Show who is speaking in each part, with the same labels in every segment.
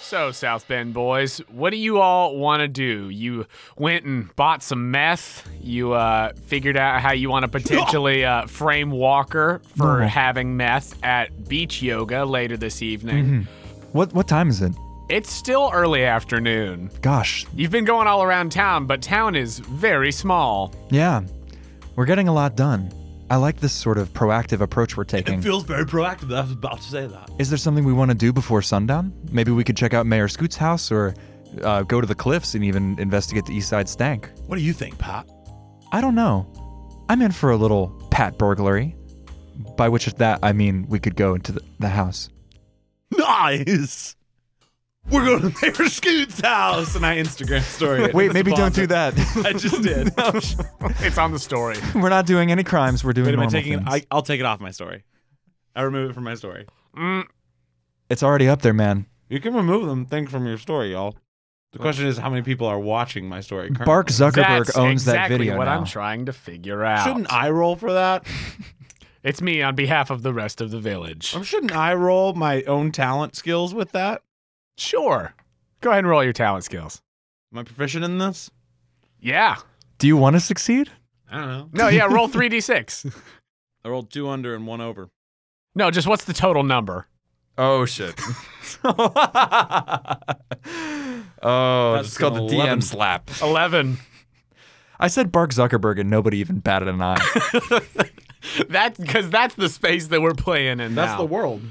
Speaker 1: So, South Bend boys, what do you all want to do? You went and bought some meth. You uh, figured out how you want to potentially uh, frame Walker for
Speaker 2: Normal.
Speaker 1: having meth at beach yoga later this evening.
Speaker 2: Mm-hmm. What what time is it?
Speaker 1: It's still early afternoon.
Speaker 2: Gosh,
Speaker 1: You've been going all around town, but town is very small.
Speaker 2: yeah, we're getting a lot done. I like this sort of proactive approach we're
Speaker 3: It
Speaker 2: taking.
Speaker 3: feels very proactive. I was about to say that.
Speaker 2: Is there something we want to do before sundown? Maybe we could check out Mayor Scoot's house or uh, go to the cliffs and even investigate the East Side Stank.
Speaker 3: What do you think, Pat?
Speaker 2: I don't know. I'm in for a little pat burglary. By which of that I mean we could go into the, the house.
Speaker 3: Nice. We're going to Mayor Scoot's house, and I Instagram story. it.
Speaker 2: Wait,
Speaker 3: It's
Speaker 2: maybe don't do that.
Speaker 3: awesome. I just did.
Speaker 1: It's on the story.
Speaker 2: we're not doing any crimes. We're doing.
Speaker 3: Wait, am I
Speaker 2: normal
Speaker 3: taking it?
Speaker 2: things.
Speaker 3: I, I'll take it off my story. I remove it from my story.
Speaker 1: Mm,
Speaker 2: It's already up there, man.
Speaker 3: You can remove them thing from your story, y'all. The question is how many people are watching my story currently.
Speaker 2: Bark Zuckerberg
Speaker 1: That's
Speaker 2: owns
Speaker 1: exactly
Speaker 2: that video
Speaker 1: what
Speaker 2: now.
Speaker 1: I'm trying to figure out.
Speaker 3: Shouldn't I roll for that?
Speaker 1: It's me on behalf of the rest of the village.
Speaker 2: Oh.
Speaker 3: Um, Shouldn't I roll my own talent skills with that?
Speaker 1: Sure. Go ahead and roll your talent skills.
Speaker 3: Am I proficient in this?
Speaker 1: Yeah.
Speaker 2: Do you want to succeed?
Speaker 3: I don't know.
Speaker 1: No, yeah, roll 3d6.
Speaker 3: I rolled two under and one over.
Speaker 1: No, just what's the total number?
Speaker 4: Oh shit. oh,
Speaker 3: That's
Speaker 4: it's called the
Speaker 3: an
Speaker 4: DM
Speaker 3: 11.
Speaker 4: slap.
Speaker 1: 11.
Speaker 2: I said Bark Zuckerberg and nobody even batted an eye.
Speaker 1: That because that's the space that we're playing in
Speaker 3: That's
Speaker 1: now.
Speaker 3: the world.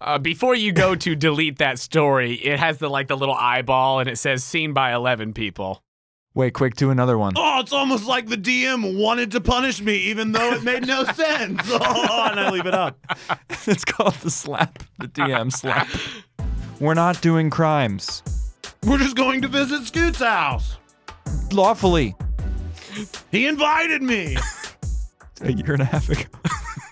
Speaker 1: uh, before you go to delete that story, it has the like the little eyeball and it says seen by 11 people.
Speaker 2: Wait, quick, do another one.
Speaker 3: Oh, it's almost like the DM wanted to punish me, even though it made no sense. Oh, and I leave it up.
Speaker 2: it's called the slap, the DM slap. We're not doing crimes
Speaker 3: We're just going to visit Scoot's house.
Speaker 2: lawfully.
Speaker 3: He invited me.
Speaker 2: A year and a half ago.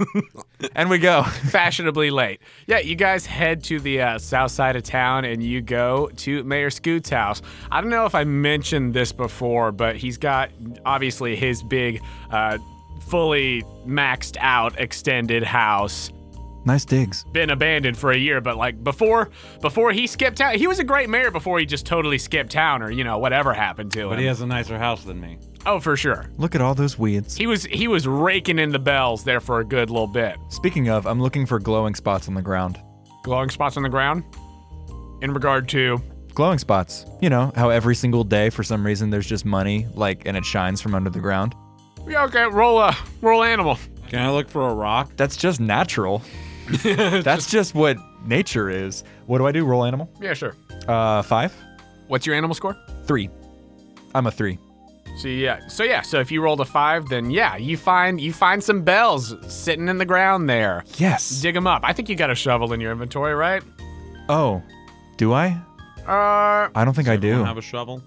Speaker 2: and we go.
Speaker 1: Fashionably late. Yeah, you guys head to the uh, south side of town and you go to Mayor Scoot's house. I don't know if I mentioned this before, but he's got obviously his big, uh, fully maxed out extended house.
Speaker 2: Nice digs.
Speaker 1: been abandoned for a year, but like before before he skipped town, he was a great mayor before he just totally skipped town or you know whatever happened to him.
Speaker 3: has a nicer house than me.
Speaker 1: oh, for sure.
Speaker 2: Look at all those weeds.
Speaker 1: He was he was raking in the bells there for a good little bit.
Speaker 2: Speaking of, I'm looking for glowing spots on the ground.
Speaker 1: Glowing spots on the ground in regard to
Speaker 2: Glowing spots. You know, how every single day for some reason there's just money, like, and it shines from under the ground.
Speaker 1: yeah, okay, roll a roll animal.
Speaker 3: Can I look for a rock?
Speaker 2: That's just natural. That's just what nature is. What do I do? Roll animal?
Speaker 1: Yeah, sure.
Speaker 2: Uh, five?
Speaker 1: What's your animal score?
Speaker 2: Three. I'm a three.
Speaker 1: So yeah, so yeah, so if you rolled a five, then yeah, you find you find some bells sitting in the ground there.
Speaker 2: Yes.
Speaker 1: Dig them up. I think you got a shovel in your inventory, right?
Speaker 2: oh, do I?
Speaker 1: Uh,
Speaker 2: I don't think I do.
Speaker 3: Have a shovel.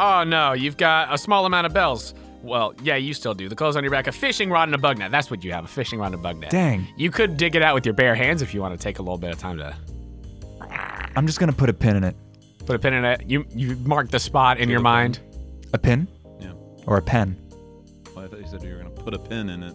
Speaker 1: Oh no, you've got a small amount of bells. Well, yeah, you still do. The clothes on your back, a fishing rod and a bug net. That's what you have, a fishing rod and a bug net.
Speaker 2: Dang.
Speaker 1: You could dig it out with your bare hands if you want to take a little bit of time to
Speaker 2: I'm just gonna put a pin in it.
Speaker 1: put a pin in it. You you mark the spot in your mind.
Speaker 2: A pin
Speaker 3: Yeah.
Speaker 2: or a pen?
Speaker 3: Well, I thought you said you were going to put a pin in it.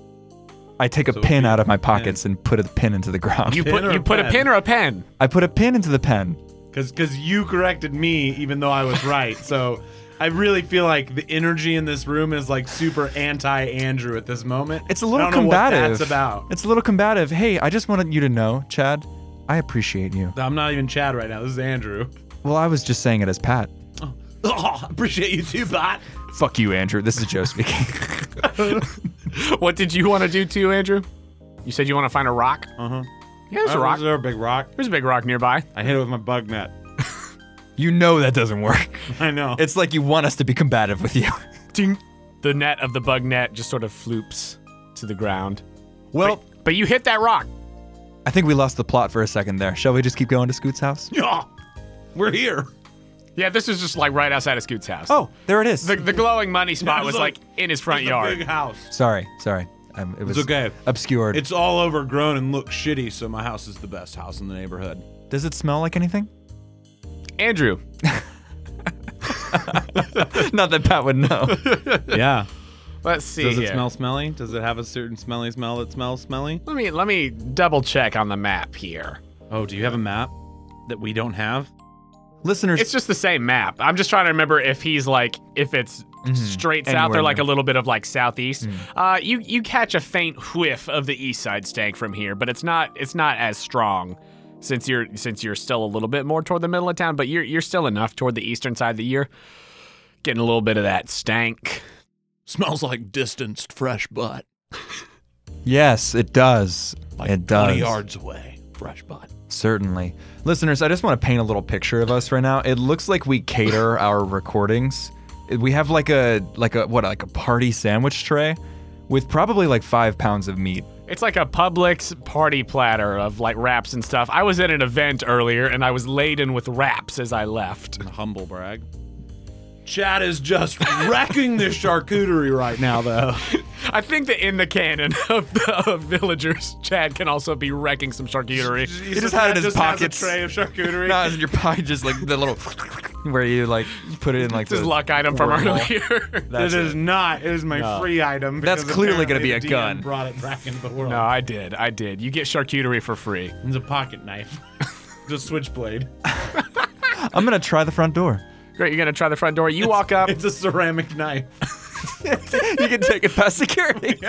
Speaker 2: I take a
Speaker 3: So it would
Speaker 2: pin
Speaker 3: be
Speaker 2: out of
Speaker 3: a
Speaker 2: my
Speaker 3: pen.
Speaker 2: pockets and put a pin into the ground.
Speaker 1: You
Speaker 3: Pin
Speaker 1: put
Speaker 3: or
Speaker 1: you put a
Speaker 3: pen?
Speaker 1: pin or a pen.
Speaker 2: I put a pin into the pen.
Speaker 3: Because you corrected me, even though I was right. so I really feel like the energy in this room is like super anti Andrew at this moment.
Speaker 2: It's a little
Speaker 3: I don't know what
Speaker 2: combative.
Speaker 3: that's about.
Speaker 2: It's a little combative. Hey, I just wanted you to know, Chad. I appreciate you.
Speaker 3: I'm not even Chad right now. This is Andrew.
Speaker 2: Well, I was just saying it as Pat.
Speaker 3: Oh, appreciate you too, bot.
Speaker 2: Fuck you, Andrew. This is Joe speaking.
Speaker 1: What did you want to do too, Andrew? You said you want to find a rock?
Speaker 3: Uh huh.
Speaker 1: Yeah, there's a rock.
Speaker 3: there a big rock?
Speaker 1: There's a big rock nearby.
Speaker 3: I hit it with my bug net.
Speaker 2: you know that doesn't work.
Speaker 3: I know.
Speaker 2: It's like you want us to be combative with you.
Speaker 1: Ding. The net of the bug net just sort of floops to the ground.
Speaker 2: Well,
Speaker 1: But you hit that rock.
Speaker 2: I think we lost the plot for a second there. Shall we just keep going to Scoot's house?
Speaker 3: Yeah. We're here.
Speaker 1: Yeah, this is just like right outside of Scoot's house.
Speaker 2: Oh, there it is.
Speaker 1: The, the glowing money spot
Speaker 3: Yeah,
Speaker 1: was
Speaker 3: it's
Speaker 1: like, in his front
Speaker 3: It's a
Speaker 1: yard.
Speaker 3: big house.
Speaker 2: sorry, sorry. Um, it was
Speaker 3: okay.
Speaker 2: obscured.
Speaker 3: It's all overgrown and looks shitty, so my house is the best house in the neighborhood.
Speaker 2: Does it smell like anything?
Speaker 1: Andrew,
Speaker 2: Not that Pat would know.
Speaker 3: Yeah.
Speaker 1: let's see
Speaker 3: Does it
Speaker 1: here.
Speaker 3: smell smelly? Does it have a certain smelly smell that smells smelly?
Speaker 1: Let me let me double check on the map here.
Speaker 3: Oh, do you have a map that we don't have?
Speaker 2: Listeners,
Speaker 1: It's just the same map. I'm just trying to remember if he's like if it's
Speaker 3: Mm-hmm.
Speaker 1: straight south
Speaker 2: Anywhere
Speaker 1: or like
Speaker 2: near.
Speaker 1: a little bit of like
Speaker 3: Mm.
Speaker 1: southeast. Uh, you you catch a faint whiff of the east side stank from here, but it's not it's not as strong since you're since you're still a little bit more toward the middle of town. But you're you're still enough toward the eastern side that you're getting a little bit of that stank.
Speaker 3: Smells like distanced fresh butt.
Speaker 2: yes, it does.
Speaker 3: Like
Speaker 2: it does.
Speaker 3: 20 yards away. Fresh butt.
Speaker 2: Certainly. Listeners, I just want to paint a little picture of us right now. It looks like we cater our recordings. We have like a like a what like a party sandwich tray with probably like 5 pounds of meat.
Speaker 1: It's like a Publix party platter of like wraps and stuff. I was at an event earlier and I was laden with wraps as I left.
Speaker 5: Humble brag. Chad is just wrecking this charcuterie right now, though.
Speaker 1: I think that in the canon of, the, of villagers, Chad can also be wrecking some charcuterie.
Speaker 5: He
Speaker 2: just had it in his pockets.
Speaker 5: Has a tray of charcuterie.
Speaker 2: Not in your pie just like the little where you like put it in like
Speaker 1: It's his
Speaker 2: the-
Speaker 1: luck item from
Speaker 2: Word wall.
Speaker 1: earlier.
Speaker 5: it is not. It is my free item.
Speaker 2: That's
Speaker 5: because
Speaker 2: clearly gonna
Speaker 5: apparently
Speaker 2: be a
Speaker 5: the
Speaker 2: gun.
Speaker 5: DM Brought it back into the world.
Speaker 1: no, I did. I did. You get charcuterie for free.
Speaker 5: It's a pocket knife. Just switchblade.
Speaker 2: I'm going to try the front door.
Speaker 1: Great, you're gonna try the front door. You walk up.
Speaker 5: It's a ceramic knife.
Speaker 2: you can take it past security.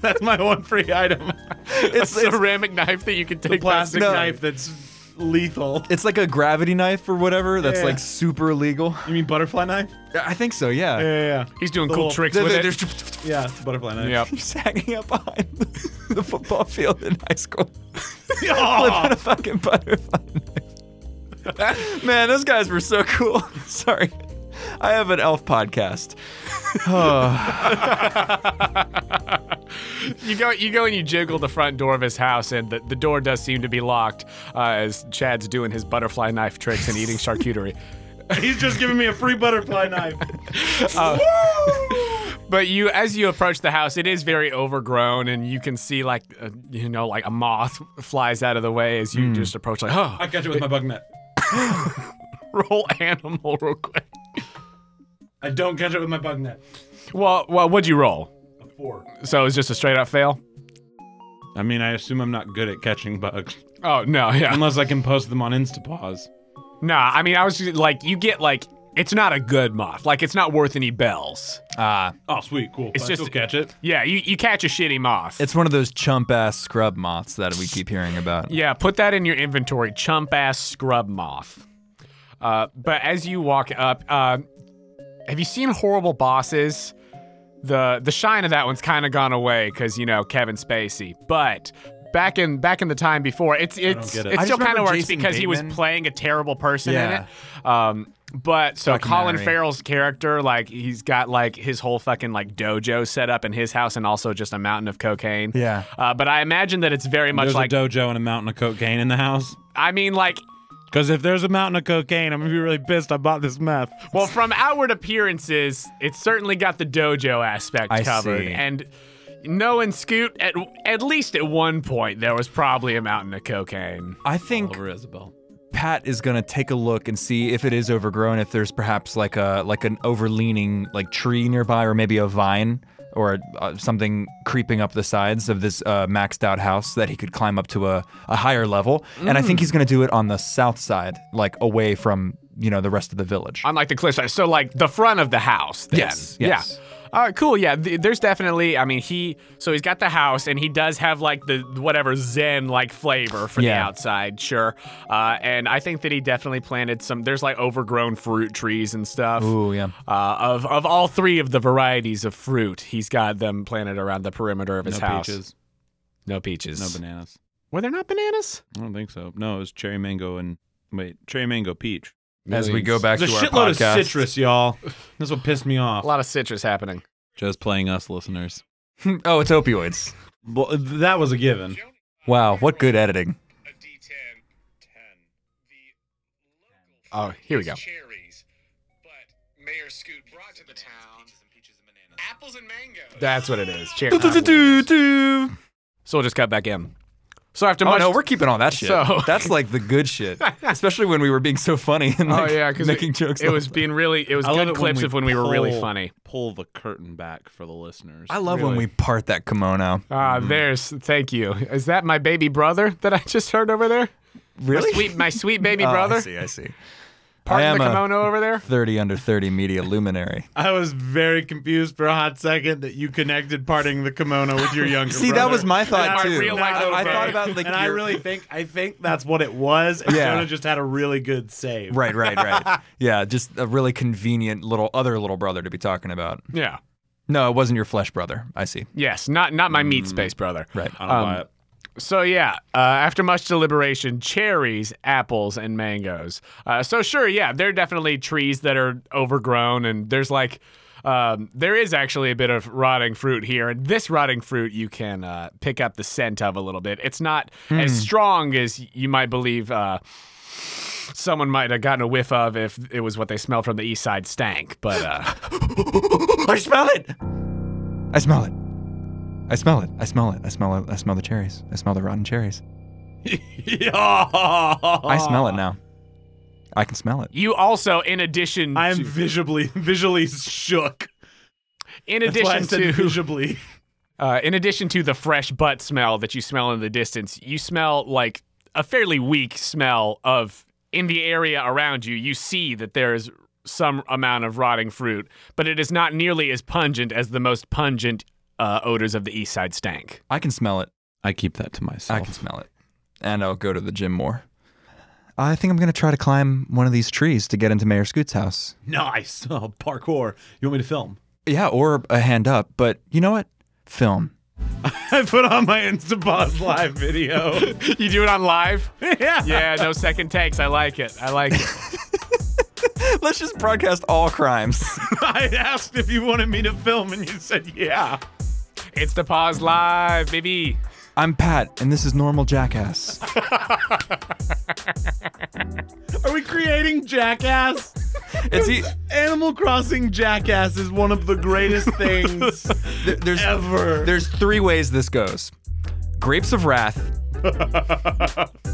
Speaker 5: That's my one free item.
Speaker 2: It's, it's
Speaker 1: ceramic knife that you can take.
Speaker 5: Plastic
Speaker 2: No.
Speaker 5: knife that's lethal.
Speaker 2: it's like a gravity knife or whatever that's
Speaker 5: Yeah.
Speaker 2: like super illegal.
Speaker 5: You mean butterfly knife?
Speaker 2: I think so, yeah.
Speaker 5: Yeah, yeah,
Speaker 1: He's doing
Speaker 5: The
Speaker 1: cool
Speaker 5: little-
Speaker 1: tricks
Speaker 2: There-
Speaker 1: with
Speaker 2: there-
Speaker 1: it.
Speaker 2: there's-
Speaker 5: yeah. Yeah, it's a butterfly knife.
Speaker 1: Yep.
Speaker 2: He's hanging out behind the, the football field in high school.
Speaker 5: Aw.
Speaker 2: Flipping a fucking butterfly knife. Man, those guys were so cool. Sorry. I have an elf podcast.
Speaker 1: You go, you go, and you jiggle the front door of his house, and the, the door does seem to be locked uh, as Chad's doing his butterfly knife tricks and eating charcuterie.
Speaker 5: He's just giving me a free butterfly knife.
Speaker 1: But you, as you approach the house, it is very overgrown, and you can see like, uh, you know, like a moth flies out of the way as you just approach. Like, oh,
Speaker 5: I catch it with my bug net.
Speaker 1: roll animal real quick.
Speaker 5: I don't catch it with my bug net.
Speaker 1: Well, well, what'd you roll?
Speaker 5: A four.
Speaker 1: So it's just a straight up fail.
Speaker 5: I mean, I assume I'm not good at catching bugs
Speaker 1: Oh no, yeah,
Speaker 5: unless I can post them on Instapause.
Speaker 1: nah. I mean, I was just, like, you get like, it's not a good moth. Like, it's not worth any bells.
Speaker 2: Ah,
Speaker 5: Oh, sweet, cool.
Speaker 1: It's
Speaker 5: I
Speaker 1: just-
Speaker 5: still catch it.
Speaker 1: Yeah, you, you catch a shitty moth.
Speaker 2: it's one of those chump ass scrub moths that we keep hearing about.
Speaker 1: Yeah, put that in your inventory. Chump ass scrub moth. Uh, but as you walk up, uh, have you seen horrible bosses? The the shine of that one's kind of gone away because you know Kevin Spacey. But back in back in the time before, it's it's
Speaker 5: get it.
Speaker 1: it,
Speaker 2: I just
Speaker 1: still kind
Speaker 2: remember
Speaker 1: of works
Speaker 2: Jason
Speaker 1: because he was
Speaker 2: Bateman.
Speaker 1: playing a terrible person in
Speaker 2: Yeah.
Speaker 1: it. Um, but so Colin
Speaker 2: Documentary.
Speaker 1: Farrell's character, like he's got like his whole fucking like dojo set up in his house and also just a mountain of cocaine.
Speaker 2: Yeah.
Speaker 1: Uh, but I imagine that it's very much
Speaker 5: There's
Speaker 1: like
Speaker 5: a dojo and a mountain of cocaine in the house.
Speaker 1: I mean, like,
Speaker 5: Because if there's a mountain of cocaine, I'm gonna be really pissed. I bought this meth.
Speaker 1: well, from outward appearances, it's certainly got the dojo aspect
Speaker 2: I
Speaker 1: covered.
Speaker 2: see.
Speaker 1: And knowing Scoot, at, at least at one point, there was probably a mountain of cocaine.
Speaker 2: I think
Speaker 5: Oliver Isabel.
Speaker 2: Pat is gonna take a look and see if it is overgrown, if there's perhaps like a like an overleaning like tree nearby, or maybe a vine or uh, something creeping up the sides of this uh, maxed out house that he could climb up to a, a higher level. And I
Speaker 5: Mm.
Speaker 2: think he's gonna do it on the south side, like away from you know the rest of the village.
Speaker 1: On like the cliffside. So, like, the front of the house. Then.
Speaker 2: Yes, yes.
Speaker 1: Yeah. All right, cool. Yeah, th- there's definitely. I mean, he so he's got the house, and he does have like the whatever Zen like flavor for the
Speaker 2: Yeah.
Speaker 1: outside, sure. Uh, and I think that he definitely planted some. There's like overgrown fruit trees and stuff.
Speaker 2: Ooh, yeah.
Speaker 1: Uh, of of all three of the varieties of fruit, he's got them planted around the perimeter of his
Speaker 5: no
Speaker 1: house.
Speaker 5: peaches.
Speaker 1: No peaches.
Speaker 5: No bananas.
Speaker 1: Were there not bananas?
Speaker 5: I don't think so. No, it was cherry mango and wait, cherry mango peach.
Speaker 6: As we go back
Speaker 5: There's
Speaker 6: to
Speaker 5: a
Speaker 6: our
Speaker 5: shitload of
Speaker 6: podcast.
Speaker 5: citrus, y'all. That's what pissed me off.
Speaker 1: A lot of citrus happening.
Speaker 5: Just playing us, listeners.
Speaker 2: oh, it's opioids.
Speaker 5: Well, that was a given.
Speaker 2: Wow, what good editing.
Speaker 1: Oh, here we go.
Speaker 7: Cherries, but Mayor Scoot brought to the town apples and mangoes.
Speaker 1: That's what it is. Cherry. so we'll just cut back in. So after
Speaker 2: Oh
Speaker 1: much
Speaker 2: no, we're keeping all that shit.
Speaker 1: So-
Speaker 2: That's like the good shit, especially when we were being so funny and like,
Speaker 1: oh yeah, because
Speaker 2: making jokes.
Speaker 1: It
Speaker 2: like
Speaker 1: was
Speaker 2: that.
Speaker 1: being really. It was
Speaker 5: I love it
Speaker 1: good
Speaker 5: when
Speaker 1: clips
Speaker 5: we
Speaker 1: of when we were really
Speaker 5: pull-
Speaker 1: funny.
Speaker 5: Pull the curtain back for the listeners.
Speaker 2: I love when
Speaker 5: Really.
Speaker 2: we part that kimono.
Speaker 1: Ah, there's. Thank you. Is that my baby brother that I just heard over there?
Speaker 2: Really?
Speaker 1: My sweet, my sweet baby
Speaker 2: Oh,
Speaker 1: brother.
Speaker 2: I see. I see. I
Speaker 1: Pardon
Speaker 2: am
Speaker 1: the
Speaker 2: a
Speaker 1: kimono over there.
Speaker 2: 30 under 30 media luminary.
Speaker 5: I was very confused for a hot second that you connected parting the kimono with your younger.
Speaker 2: See, that
Speaker 5: brother.
Speaker 2: was my
Speaker 1: And
Speaker 2: thought
Speaker 1: I
Speaker 2: too.
Speaker 1: real life
Speaker 2: I
Speaker 1: brother.
Speaker 2: thought about like
Speaker 5: and I
Speaker 2: your-
Speaker 5: really think I think that's what it was. And
Speaker 2: Yeah.
Speaker 5: Jonah just had a really good save.
Speaker 2: Right, right, right. yeah, just a really convenient little other little brother to be talking about.
Speaker 1: Yeah.
Speaker 2: No, it wasn't your flesh brother. I see.
Speaker 1: Yes. Not not my meat space brother.
Speaker 2: Mm.
Speaker 1: Um,
Speaker 2: Right.
Speaker 6: I don't buy it.
Speaker 1: So yeah, uh, after much deliberation, cherries, apples, and mangoes. Uh, so sure, yeah, there are definitely trees that are overgrown, and there's like, um, there is actually a bit of rotting fruit here, and this rotting fruit you can uh, pick up the scent of a little bit. It's not
Speaker 2: Hmm.
Speaker 1: as strong as you might believe. Uh, Someone might have gotten a whiff of if it was what they smelled from the east side stank, but uh,
Speaker 2: I smell it. I smell it. I smell it. I smell it. I smell it. I smell the cherries. I smell the rotten cherries. I smell it now. I can smell it.
Speaker 1: you also, in addition,
Speaker 5: I'm
Speaker 1: to,
Speaker 5: visibly visually shook.
Speaker 1: in
Speaker 5: That's why I
Speaker 1: addition
Speaker 5: said
Speaker 1: to
Speaker 5: visibly.
Speaker 1: Uh, in addition to the fresh butt smell that you smell in the distance, you smell like a fairly weak smell of in the area around you. You see that there is some amount of rotting fruit, but it is not nearly as pungent as the most pungent uh, odors of the East Side stank.
Speaker 2: I can smell it.
Speaker 6: I keep that to myself.
Speaker 2: I can smell it. And I'll go to the gym more. I think I'm going to try to climb one of these trees to get into Mayor Scoot's house.
Speaker 5: Nice. Oh, parkour. You want me to film?
Speaker 2: Yeah, or a hand up, but you know what? Film.
Speaker 5: I put on my Instapause live video.
Speaker 1: you do it on live?
Speaker 5: yeah.
Speaker 1: Yeah, no second takes. I like it. I like it.
Speaker 2: Let's just broadcast all crimes.
Speaker 5: I asked if you wanted me to film and you said yeah.
Speaker 1: It's the pause live, baby.
Speaker 2: I'm Pat, and this is Normal Jackass.
Speaker 5: Are we creating jackass?
Speaker 2: It's e-
Speaker 5: Animal Crossing Jackass is one of the greatest things
Speaker 2: th- there's
Speaker 5: ever.
Speaker 2: there's three ways this goes: Grapes of Wrath,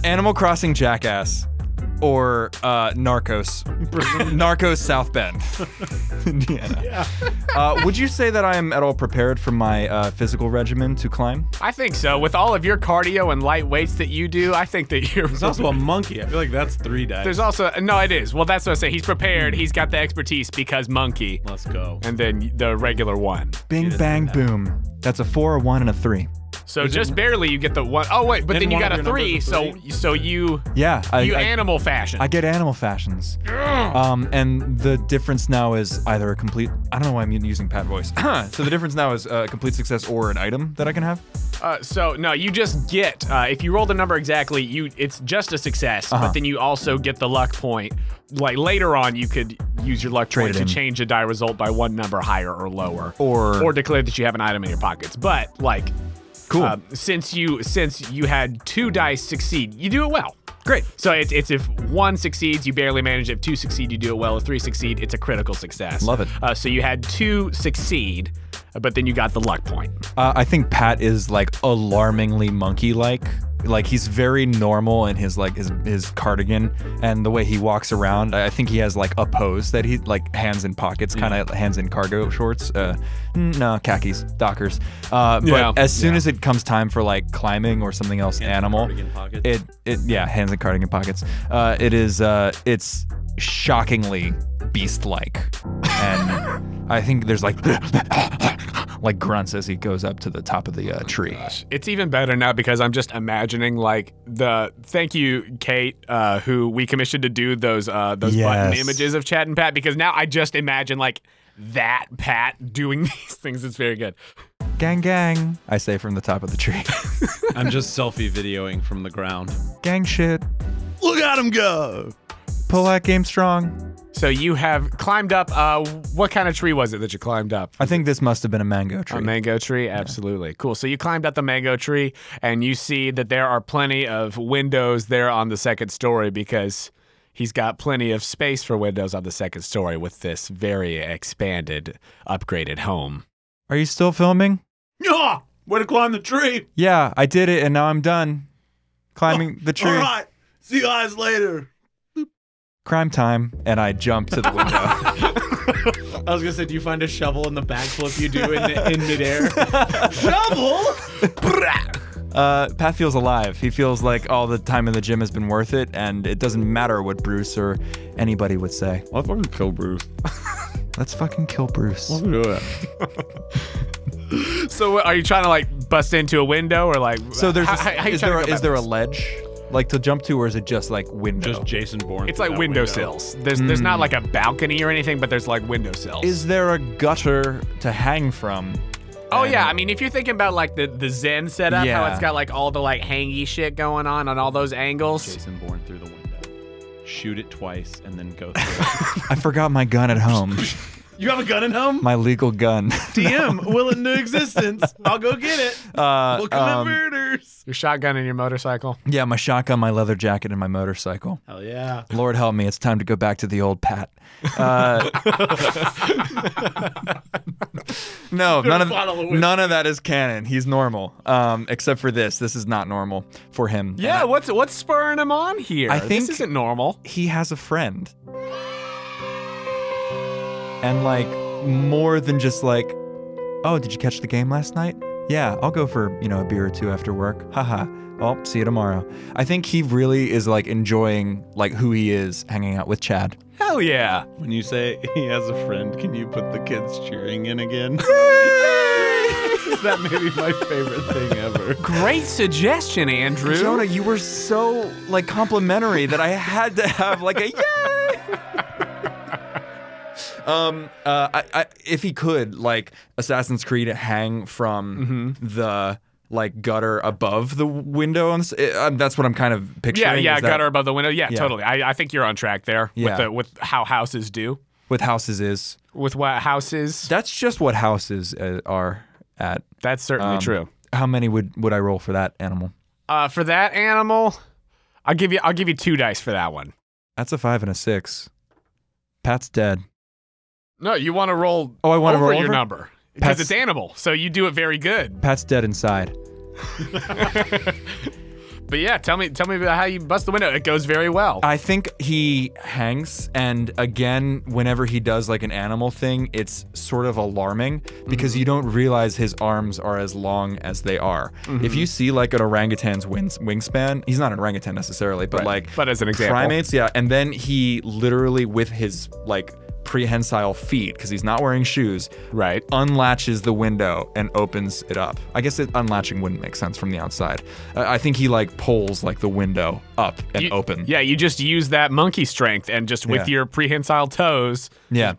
Speaker 2: Animal Crossing Jackass, or uh, Narcos, Narcos South Bend, Indiana. Uh, would you say that I am at all prepared for my uh, physical regimen to climb?
Speaker 1: I think so. With all of your cardio and light weights that you do, I think that you're
Speaker 5: There's also a monkey. I feel like that's three dice.
Speaker 1: There's also no, it is. Well, that's what I say. He's prepared. He's got the expertise because monkey,
Speaker 5: Let's go.
Speaker 1: and then the regular one.
Speaker 2: Bing bang boom. That's a four, a one, and a three.
Speaker 1: So just barely you get the one oh wait, but
Speaker 5: Any
Speaker 1: then you
Speaker 5: one
Speaker 1: got a
Speaker 5: of your
Speaker 1: three.
Speaker 5: numbers a
Speaker 1: So so you
Speaker 2: Yeah, I,
Speaker 1: you
Speaker 2: I-
Speaker 1: animal fashion.
Speaker 2: I get animal fashions. Um, and the difference now is either a complete. I don't know why I'm using Pat voice. so the difference now is uh, a complete success or an item that I can have.
Speaker 1: uh, so no, you just get uh, if you roll the number exactly, you it's just a success.
Speaker 2: Uh-huh.
Speaker 1: But then you also get the luck point. Like later on, you could use your luck
Speaker 2: it
Speaker 1: point to
Speaker 2: in.
Speaker 1: change a die result by one number higher or lower,
Speaker 2: Or-
Speaker 1: or declare that you have an item in your pockets. But like.
Speaker 2: Cool.
Speaker 1: uh, since you since you had two dice succeed, you do it well.
Speaker 2: Great.
Speaker 1: So it's, it's if one succeeds, you barely manage it. If two succeed, you do it well. If three succeed, it's a critical success.
Speaker 2: Love it.
Speaker 1: Uh, so you had two succeed, but then you got the luck point.
Speaker 2: Uh, I think Pat is like alarmingly monkey-like. Like he's very normal in his like his his cardigan and the way he walks around. I I think he has like a pose that he like hands in pockets,
Speaker 1: Mm.
Speaker 2: kind of hands in cargo shorts. Uh, n- no khakis, Dockers. Uh, but
Speaker 1: Yeah.
Speaker 2: as soon as it comes time for like climbing or something else animal,
Speaker 5: cardigan pockets.
Speaker 2: it it yeah hands in cardigan pockets. Uh, it is uh it's shockingly beast-like, and I think there's like like grunts as he goes up to the top of the uh, tree.
Speaker 1: It's even better now because I'm just imagining like the thank you Kate, uh, who we commissioned to do those uh, those button
Speaker 2: Yes.
Speaker 1: images of Chad and Pat because now I just imagine like that Pat doing these things. It's very good.
Speaker 2: Gang, gang! I say from the top of the tree.
Speaker 5: I'm just selfie videoing from the ground.
Speaker 2: gang shit.
Speaker 3: Look at him go.
Speaker 2: Pull that game strong.
Speaker 1: So you have climbed up. Uh, what kind of tree was it that you climbed up?
Speaker 2: I think this must have been a mango tree.
Speaker 1: A mango tree, absolutely. Cool. So you climbed up the mango tree and you see that there are plenty of windows there on the second story because he's got plenty of space for windows on the second story with this very expanded, upgraded home.
Speaker 2: Are you still filming?
Speaker 5: Yeah, way to climb the tree.
Speaker 2: Yeah, I did it, and now I'm done climbing the tree.
Speaker 5: All right, see you guys later.
Speaker 2: Crime time, and I jump to the window.
Speaker 5: I was gonna say, do you find a shovel in the backflip you do in, in midair? shovel?
Speaker 2: Uh, Pat feels alive. He feels like all the time in the gym has been worth it, and it doesn't matter what Bruce or anybody would say.
Speaker 6: Let's fucking kill Bruce.
Speaker 2: Let's fucking kill Bruce.
Speaker 6: Let's do that.
Speaker 1: So what, are you trying to like bust into a window or like?
Speaker 2: So there's
Speaker 1: how,
Speaker 2: a-
Speaker 1: how- how you
Speaker 2: is
Speaker 1: trying
Speaker 2: there
Speaker 1: to
Speaker 2: a,
Speaker 1: go
Speaker 2: is there a
Speaker 1: about
Speaker 2: ledge like to jump to, or is it just like window?
Speaker 5: Just Jason Bourne.
Speaker 1: this? It's
Speaker 5: through
Speaker 1: like
Speaker 5: that
Speaker 1: window
Speaker 5: window.
Speaker 1: sills. There's there's not like a balcony or anything, but there's like window sills.
Speaker 2: is there a gutter to hang from?
Speaker 1: oh
Speaker 2: And-
Speaker 1: yeah, I mean if you're thinking about like the the Zen setup, how
Speaker 2: Yeah.
Speaker 1: it's got like all the like hangy shit going on on all those angles.
Speaker 5: Jason Bourne through the window. Shoot it twice and then go through.
Speaker 2: I forgot my gun at home.
Speaker 5: you have a gun in home?
Speaker 2: my legal gun.
Speaker 5: DM, will it into existence. I'll go get it.
Speaker 2: Uh,
Speaker 5: Welcome
Speaker 2: um,
Speaker 5: to murders.
Speaker 1: Your shotgun and your motorcycle.
Speaker 2: yeah, my shotgun, my leather jacket, and my motorcycle.
Speaker 5: Hell yeah.
Speaker 2: Lord help me, it's time to go back to the old Pat. Uh, no, none
Speaker 5: bottle of
Speaker 2: of
Speaker 5: whiskey.
Speaker 2: none of that is canon. He's normal, um, except for this. This is not normal for him. And
Speaker 1: Yeah, what's what's spurring him on here?
Speaker 2: I
Speaker 1: this
Speaker 2: think-
Speaker 1: isn't normal.
Speaker 2: he has a friend. And like more than just like, oh, did you catch the game last night? Yeah, I'll go for, you know, a beer or two after work. Haha. Well, see you tomorrow. I think he really is like enjoying like who he is hanging out with Chad.
Speaker 1: Hell yeah.
Speaker 5: When you say he has a friend, can you put the kids cheering in again? that may be my favorite thing ever.
Speaker 1: Great suggestion, Andrew.
Speaker 2: Jonah, you were so like complimentary that I had to have like a yay. um, uh, I, I, if he could, like Assassin's Creed, hang from the like gutter above the window. On this, it, um, that's what I'm kind of
Speaker 1: yeah,
Speaker 2: picturing.
Speaker 1: yeah,
Speaker 2: is that-
Speaker 1: gutter above the window. Yeah,
Speaker 2: Yeah.
Speaker 1: totally. I, I think you're on track there
Speaker 2: Yeah.
Speaker 1: with the with how houses do.
Speaker 2: with houses is.
Speaker 1: With what houses.
Speaker 2: That's just what houses uh, are at.
Speaker 1: That's certainly
Speaker 2: Um,
Speaker 1: true.
Speaker 2: How many would would I roll for that animal?
Speaker 1: Uh, for that animal, I'll give you I'll give you two dice for that one.
Speaker 2: That's a five and a six. Pat's dead.
Speaker 1: No, you want to roll
Speaker 2: Oh, I want to
Speaker 1: over
Speaker 2: roll
Speaker 1: your
Speaker 2: over?
Speaker 1: number because
Speaker 2: Pass.
Speaker 1: it's animal, so you do it very good.
Speaker 2: Pat's dead inside.
Speaker 1: But yeah, tell me tell me about how you bust the window. It goes very well.
Speaker 2: I think he hangs, and again, whenever he does like an animal thing, it's sort of alarming because
Speaker 1: Mm-hmm.
Speaker 2: you don't realize his arms are as long as they are.
Speaker 1: Mm-hmm.
Speaker 2: If you see like an orangutan's wings- wingspan, he's not an orangutan necessarily, but like
Speaker 1: But as an example.
Speaker 2: primates, yeah. And then he literally with his like prehensile feet, because he's not wearing shoes,
Speaker 1: right.
Speaker 2: unlatches the window and opens it up. I guess it, unlatching wouldn't make sense from the outside. I I think he like pulls like the window up and
Speaker 1: You-
Speaker 2: open.
Speaker 1: Yeah, you just use that monkey strength and just with
Speaker 2: Yeah.
Speaker 1: your prehensile toes,
Speaker 2: Yeah.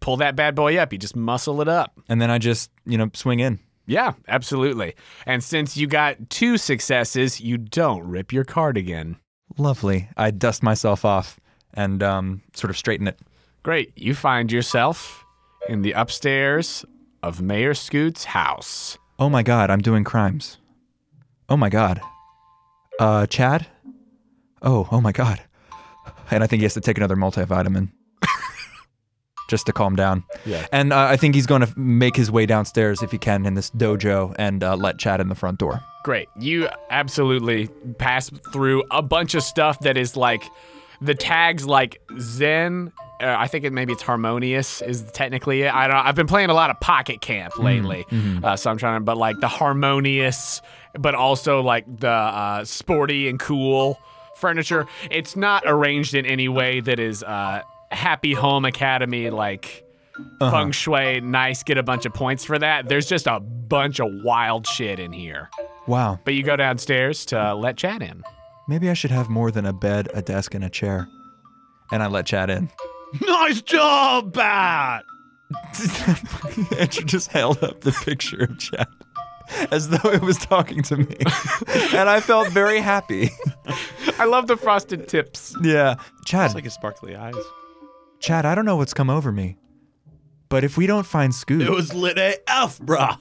Speaker 1: pull that bad boy up. You just muscle it up.
Speaker 2: and then I just you know swing in.
Speaker 1: Yeah, absolutely. And since you got two successes, you don't rip your cardigan.
Speaker 2: Lovely. I dust myself off and um, sort of straighten it.
Speaker 1: Great. You find yourself in the upstairs of Mayor Scoot's house.
Speaker 2: Oh my god, I'm doing crimes. Oh my god. Uh, Chad. Oh, oh my god. And I think he has to take another multivitamin just to calm down. Yeah. And uh, I think he's going to make his way downstairs if he can in this dojo and uh, let Chad in the front door.
Speaker 1: Great. You absolutely pass through a bunch of stuff that is like the tags like Zen. Uh, I think it maybe it's harmonious is technically it. I don't. I've been playing a lot of Pocket Camp lately, uh, so I'm trying to. But like the harmonious, but also like the uh, sporty and cool furniture. It's not arranged in any way that is uh, Happy Home Academy like feng shui. Nice, get a bunch of points for that. There's just a bunch of wild shit in here.
Speaker 2: Wow.
Speaker 1: But you go downstairs to let Chad in.
Speaker 2: Maybe I should have more than a bed, a desk, and a chair. And I let Chad in.
Speaker 5: Nice job, Bat!
Speaker 2: Andrew just held up the picture of Chad as though it was talking to me. and I felt very happy.
Speaker 1: I love the frosted tips.
Speaker 2: Yeah. Chad,
Speaker 5: It's like his sparkly eyes.
Speaker 2: Chad, I don't know what's come over me. But if we don't find Scoot,
Speaker 3: It was lit AF, bruh.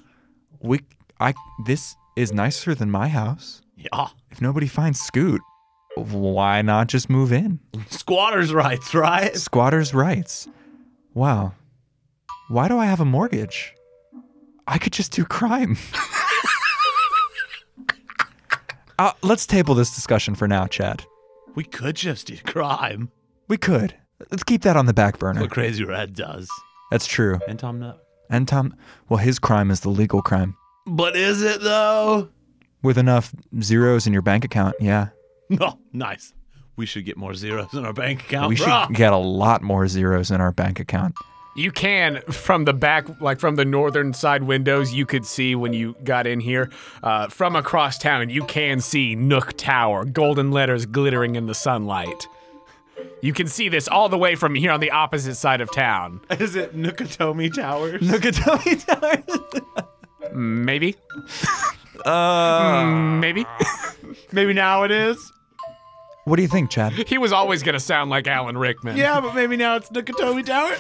Speaker 2: we I this is nicer than my house.
Speaker 5: Yeah.
Speaker 2: If nobody finds Scoot, why not just move in?
Speaker 5: Squatters' rights, right?
Speaker 2: Squatters' rights. Wow. Why do I have a mortgage? I could just do crime. uh, let's table this discussion for now, Chad.
Speaker 3: We could just do crime.
Speaker 2: We could. Let's keep that on the back burner.
Speaker 3: What Crazy Red does.
Speaker 2: That's true.
Speaker 5: And Tom Nook.
Speaker 2: And Tom, well, his crime is the legal crime.
Speaker 3: But is it though?
Speaker 2: With enough zeros in your bank account, yeah.
Speaker 3: No, nice. We should get more zeros in our bank account.
Speaker 2: We
Speaker 3: brah.
Speaker 2: should get a lot more zeros in our bank account.
Speaker 1: You can from the back, like from the northern side windows, you could see when you got in here uh, from across town. You can see Nook Tower, golden letters glittering in the sunlight. You can see this all the way from here on the opposite side of town.
Speaker 5: Is it Nukatomi Towers?
Speaker 1: Maybe, Mm, maybe.
Speaker 5: Maybe now it is.
Speaker 2: What do you think, Chad?
Speaker 1: He was always gonna sound like Alan Rickman.
Speaker 5: Yeah, but maybe now it's Nukatomi Towers.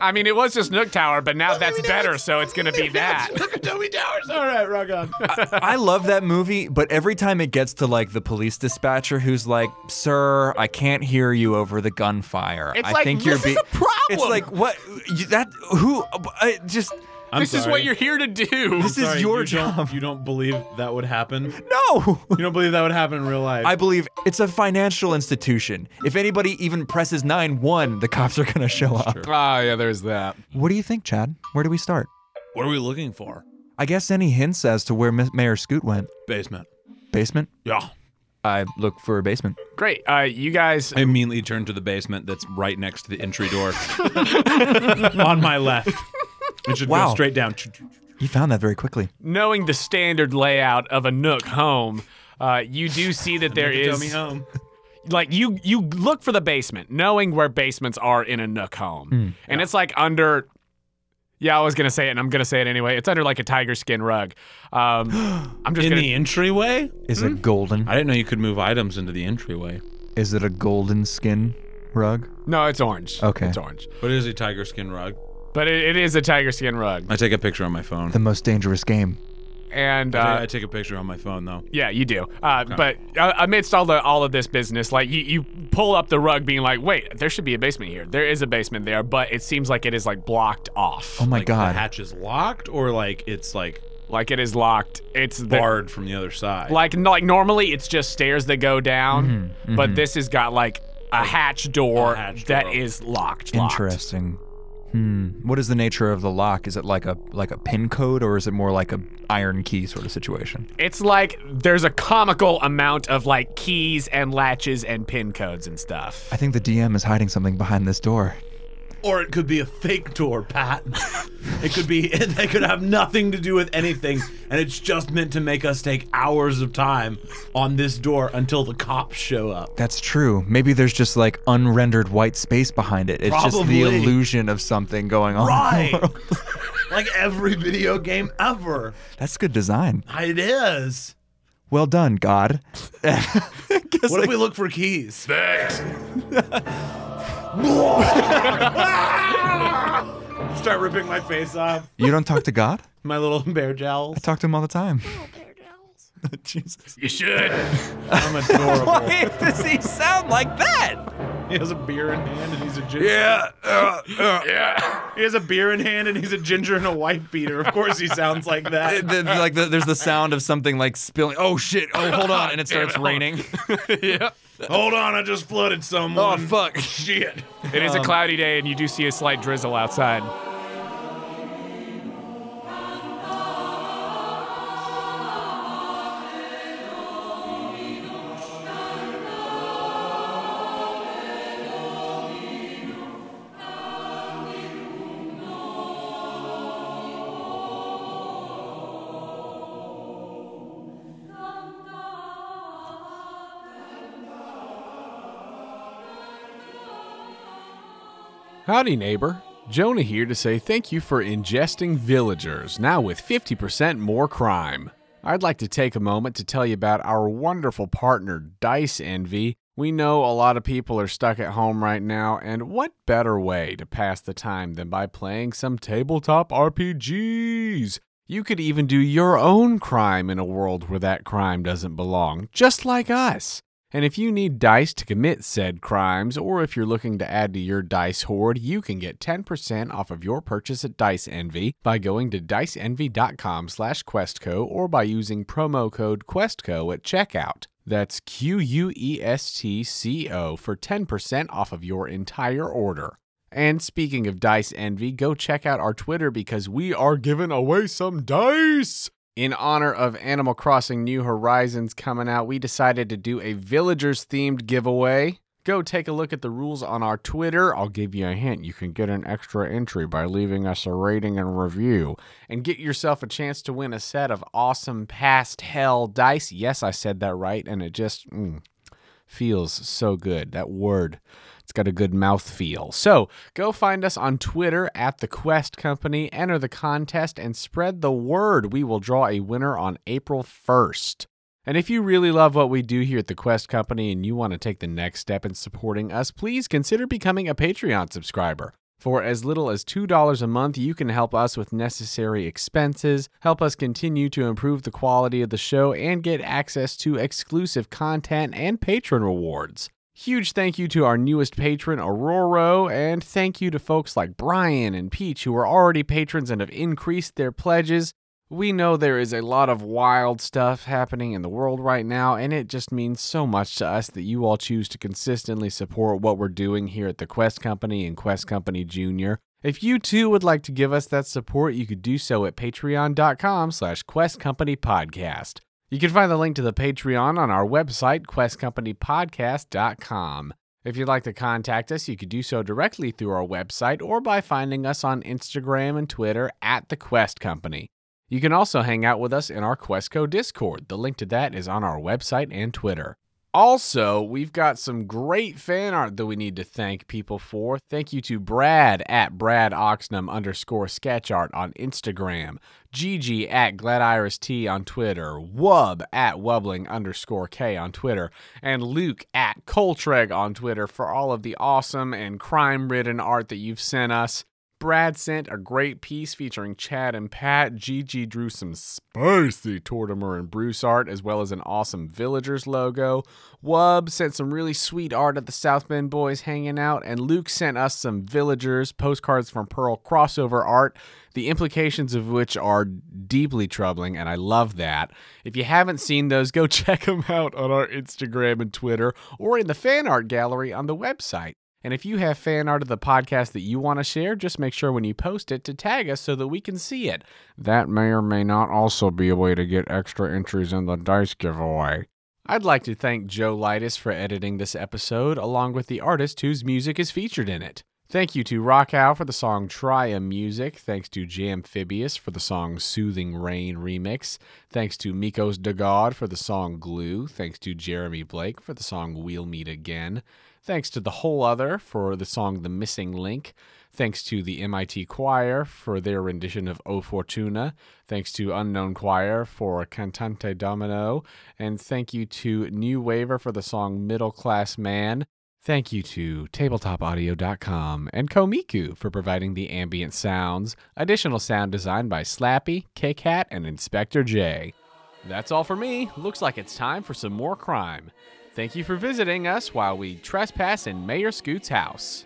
Speaker 1: I mean, it was just Nook Tower, but now that's better, so it's gonna be that.
Speaker 5: Nukatomi Towers. All right, rock on.
Speaker 2: I love that movie, but every time it gets to like the police dispatcher who's like, "Sir, I can't hear you over the gunfire.
Speaker 1: It's
Speaker 2: I
Speaker 1: like,
Speaker 2: think you're
Speaker 1: this is
Speaker 2: be-"
Speaker 1: a problem.
Speaker 2: It's like what you, that who I just
Speaker 1: this is what you're here to do.
Speaker 2: this is your
Speaker 5: you
Speaker 2: job.
Speaker 5: Don't, you don't believe that would happen?
Speaker 2: No.
Speaker 5: You don't believe that would happen in real life?
Speaker 2: I believe it's a financial institution. If anybody even presses 9-1, the cops are going to show up.
Speaker 1: Ah, yeah, there's that.
Speaker 2: What do you think, Chad? Where do we start?
Speaker 3: What are we looking for?
Speaker 2: I guess any hints as to where M- Mayor Scoot went.
Speaker 3: Basement.
Speaker 2: Basement?
Speaker 3: Yeah.
Speaker 2: I look for a basement.
Speaker 1: Great. Uh, you guys
Speaker 6: I immediately turn to the basement that's right next to the entry door.
Speaker 5: on my left. It should
Speaker 2: Wow.
Speaker 5: go straight down.
Speaker 2: You found that very quickly.
Speaker 1: knowing the standard layout of a Nook home, uh, you do see that there
Speaker 5: Nukatomi
Speaker 1: is
Speaker 5: home.
Speaker 1: like you you look for the basement, knowing where basements are in a Nook home, and it's like under. Yeah, I was gonna say it, and I'm gonna say it anyway. It's under like a tiger skin rug. Um, I'm just
Speaker 3: In
Speaker 1: gonna.
Speaker 3: the entryway?
Speaker 2: Is
Speaker 1: Hmm?
Speaker 2: it golden?
Speaker 6: I didn't know you could move items into the entryway.
Speaker 2: Is it a golden skin rug?
Speaker 1: no, it's orange.
Speaker 2: Okay.
Speaker 1: it's orange,
Speaker 6: What is a tiger skin rug?
Speaker 1: but it, it is a tiger skin rug,
Speaker 6: I take a picture on my phone.
Speaker 2: The most dangerous game.
Speaker 1: and
Speaker 6: I-
Speaker 1: uh,
Speaker 6: I take a picture on my phone though.
Speaker 1: Yeah, you do. Uh, But uh, amidst all the all of this business, like you, you pull up the rug, being like, "Wait, there should be a basement here. There is a basement there, but it seems like it is like blocked off,
Speaker 2: Oh my
Speaker 6: Like,
Speaker 2: god.
Speaker 6: The hatch is locked or like it's like
Speaker 1: like it is locked. It's the,
Speaker 6: barred from the other side.
Speaker 1: like no- like normally it's just stairs that go down,
Speaker 2: Mm-hmm,
Speaker 1: but this has got like a hatch door
Speaker 6: A hatch
Speaker 1: that
Speaker 6: door.
Speaker 1: is locked. locked.
Speaker 2: Interesting. Hmm. What is the nature of the lock? Is it like a like a pin code or is it more like a iron key sort of situation?
Speaker 1: It's like there's a comical amount of like keys and latches and pin codes and stuff.
Speaker 2: I think the DM is hiding something behind this door.
Speaker 3: Or it could be a fake door, Pat. it could be, they could have nothing to do with anything, and it's just meant to make us take hours of time on this door until the cops show up.
Speaker 2: That's true. Maybe there's just like unrendered white space behind it. It's just the
Speaker 3: Probably.
Speaker 2: illusion of something going on.
Speaker 3: Right! like every video game ever.
Speaker 2: That's good design.
Speaker 3: It is.
Speaker 2: Well done, God.
Speaker 3: What if we look for keys?
Speaker 5: Start ripping my face off.
Speaker 2: You don't talk to God?
Speaker 5: My little bear jowls.
Speaker 2: I talk to him all the time. Jesus.
Speaker 1: You should.
Speaker 5: I'm adorable.
Speaker 2: does he sound like that?
Speaker 5: he has a beer in hand and he's a ginger.
Speaker 6: yeah. uh, uh.
Speaker 5: He has a beer in hand and he's a ginger and a white beater. Of course he sounds like that.
Speaker 2: the, the- like the, there's the sound of something like spilling. Oh shit! Oh hold on, and it starts raining.
Speaker 5: Hold on, I just flooded
Speaker 2: Oh
Speaker 5: someone.
Speaker 2: fuck!
Speaker 5: Shit.
Speaker 1: It
Speaker 2: um,
Speaker 1: is a cloudy day, and you do see a slight drizzle outside. Howdy, neighbor. Jonah here to say thank you for ingesting villagers, now with 50% more crime. I'd like to take a moment to tell you about our wonderful partner, Dice Envy. We know a lot of people are stuck at home right now, and what better way to pass the time than by playing some tabletop RPGs? You could even do your own crime in a world where that crime doesn't belong, just like us. And if you need dice to commit said crimes, or if you're looking to add to your dice hoard, you can get 10% off of your purchase at Dice Envy by going to diceenvy.com slash questco or by using promo code questco at checkout. That's E Q-U-E-S-T-C-O for 10% off of your entire order. And speaking of Dice Envy, go check out our Twitter because we are giving away some dice! In honor of Animal Crossing New Horizons coming out, we decided to do a villagers themed giveaway. Go take a look at the rules on our Twitter. I'll give you a hint. You can get an extra entry by leaving us a rating and review and get yourself a chance to win a set of awesome past hell dice. Yes, I said that right, and it just mm, feels so good. That word. It's got a good mouth feel. So go find us on Twitter at The Quest Company, enter the contest, and spread the word. We will draw a winner on April 1st. And if you really love what we do here at The Quest Company and you want to take the next step in supporting us, please consider becoming a Patreon subscriber. For as little as $2 a month, you can help us with necessary expenses, help us continue to improve the quality of the show, and get access to exclusive content and patron rewards. Huge thank you to our newest patron, Aurora, and thank you to folks like Brian and Peach who are already patrons and have increased their pledges. We know there is a lot of wild stuff happening in the world right now, and it just means so much to us that you all choose to consistently support what we're doing here at the Quest Company and Quest Company Jr. If you too would like to give us that support, you could do so at patreon.com slash quest company podcast. You can find the link to the Patreon on our website, questcompanypodcast.com. If you'd like to contact us, you could do so directly through our website or by finding us on Instagram and Twitter at The Quest Company. You can also hang out with us in our Questco Discord. The link to that is on our website and Twitter. Also, we've got some great fan art that we need to thank people for. Thank you to Brad at Brad Oxnum underscore sketch art on Instagram, Gigi at Gladiris T on Twitter, Wub at Wubbling underscore K on Twitter, and Luke at Coltreg on Twitter for all of the awesome and crime ridden art that you've sent us. Brad sent a great piece featuring Chad and Pat. Gigi drew some spicy Tortimer and Bruce art, as well as an awesome Villagers logo. Wub sent some really sweet art of the South Bend boys hanging out, and Luke sent us some Villagers postcards from Pearl crossover art, the implications of which are deeply troubling, and I love that. If you haven't seen those, go check them out on our Instagram and Twitter, or in the fan art gallery on the website. And if you have fan art of the podcast that you want to share, just make sure when you post it to tag us so that we can see it. That may or may not also be a way to get extra entries in the dice giveaway. I'd like to thank Joe Lightis for editing this episode, along with the artist whose music is featured in it. Thank you to Rockow for the song Trium Music. Thanks to Jamphibious for the song Soothing Rain Remix. Thanks to Mikos Dagod for the song Glue. Thanks to Jeremy Blake for the song We'll Meet Again. Thanks to The Whole Other for the song The Missing Link. Thanks to the MIT Choir for their rendition of O Fortuna. Thanks to Unknown Choir for Cantante Domino. And thank you to New Waver for the song Middle Class Man. Thank you to tabletopaudio.com and Komiku for providing the ambient sounds. Additional sound design by Slappy, K-Cat, and Inspector J. That's all for me. Looks like it's time for some more crime. Thank you for visiting us while we trespass in Mayor Scoot's house.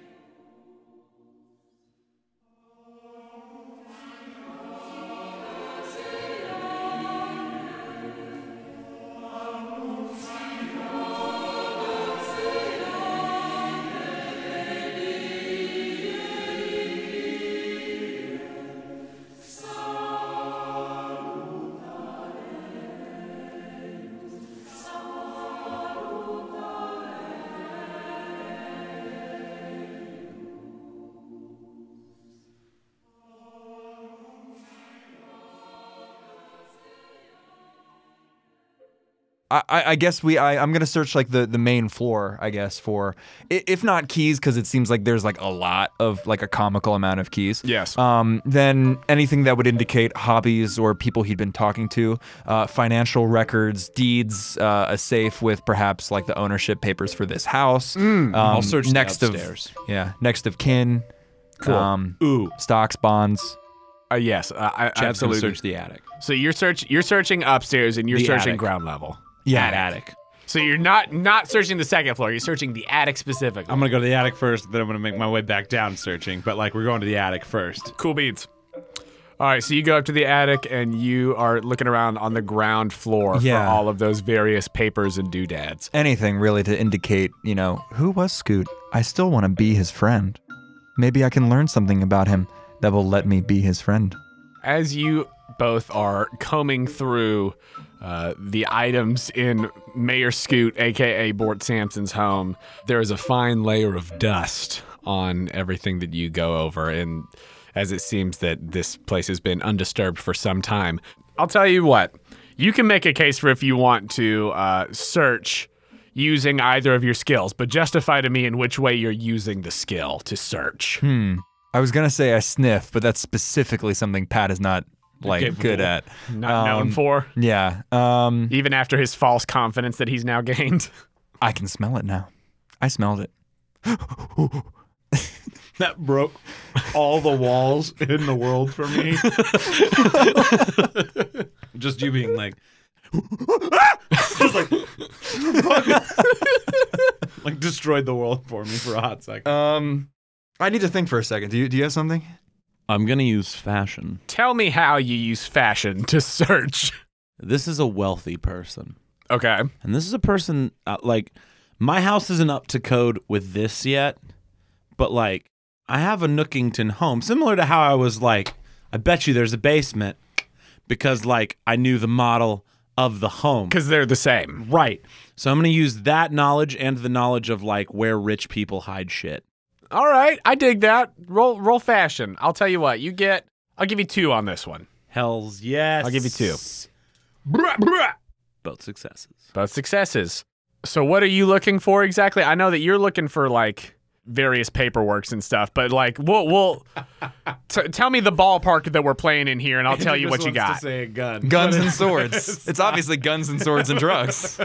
Speaker 2: I, I I guess we I, I'm gonna search like the, the main floor I guess for i- if not keys because it seems like there's like a lot of like a comical amount of keys.
Speaker 1: Yes.
Speaker 2: Um. Then anything that would indicate hobbies or people he'd been talking to, uh, financial records, deeds, uh, a safe with perhaps like the ownership papers for this house. um, I'll
Speaker 6: search the
Speaker 2: next
Speaker 6: upstairs.
Speaker 2: of yeah next of kin. Cool. Um,
Speaker 6: Ooh.
Speaker 2: Stocks, bonds.
Speaker 1: Uh, yes, uh, I,
Speaker 6: Chad's gonna
Speaker 1: absolutely.
Speaker 6: search the attic.
Speaker 1: So you're search you're searching upstairs and you're
Speaker 6: The
Speaker 1: searching
Speaker 6: attic.
Speaker 1: ground level.
Speaker 6: Yeah, attic.
Speaker 1: So you're not not searching the second floor. You're searching the attic specifically.
Speaker 6: I'm gonna go to the attic first, then I'm gonna make my way back down searching. But like, we're going to the attic first.
Speaker 1: Cool beans. All right, so you go up to the attic and you are looking around on the ground floor
Speaker 2: Yeah.
Speaker 1: for all of those various papers and doodads.
Speaker 2: anything really to indicate, you know, who was Scoot? I still want to be his friend. Maybe I can learn something about him that will let me be his friend.
Speaker 1: As you both are combing through uh, the items in Mayor Scoot, aka Bort Sampson's home. There is a fine layer of dust on everything that you go over, and as it seems that this place has been undisturbed for some time. I'll tell you what, you can make a case for if you want to uh, search using either of your skills, but justify to me in which way you're using the skill to search.
Speaker 2: I was gonna say I sniff, but that's specifically something Pat is not like good at.
Speaker 1: Not known
Speaker 2: Um,
Speaker 1: for,
Speaker 2: Yeah. Um,
Speaker 1: even after his false confidence that he's now gained.
Speaker 2: I can smell it now. I smelled it.
Speaker 5: That broke all the walls in the world for me.
Speaker 3: Just you being like,
Speaker 5: Like destroyed the world for me for a hot second.
Speaker 2: Um, I need to think for a second. Do you do you have something?
Speaker 3: I'm gonna use fashion.
Speaker 1: Tell me how you use fashion to search.
Speaker 3: This is a wealthy person.
Speaker 1: Okay.
Speaker 3: And this is a person uh, like my house isn't up to code with this yet, but like I have a Nookington home similar to how I was like I bet you there's a basement because like I knew the model of the home.
Speaker 1: Because they're the same.
Speaker 3: Right. So I'm going to use that knowledge and the knowledge of like where rich people hide shit.
Speaker 1: All right. I dig that. Roll, roll fashion. I'll tell you what, you get, I'll give you two on this one.
Speaker 3: Hells yes.
Speaker 1: I'll give you two.
Speaker 3: Bruh, bruh. Both successes.
Speaker 1: Both successes. So, what are you looking for exactly? I know that you're looking for like various paperworks and stuff, but like, we'll, we'll t- tell me the ballpark that we're playing in here, and I'll tell you what you got.
Speaker 5: say a gun.
Speaker 2: Guns and swords. it's obviously guns and swords and drugs.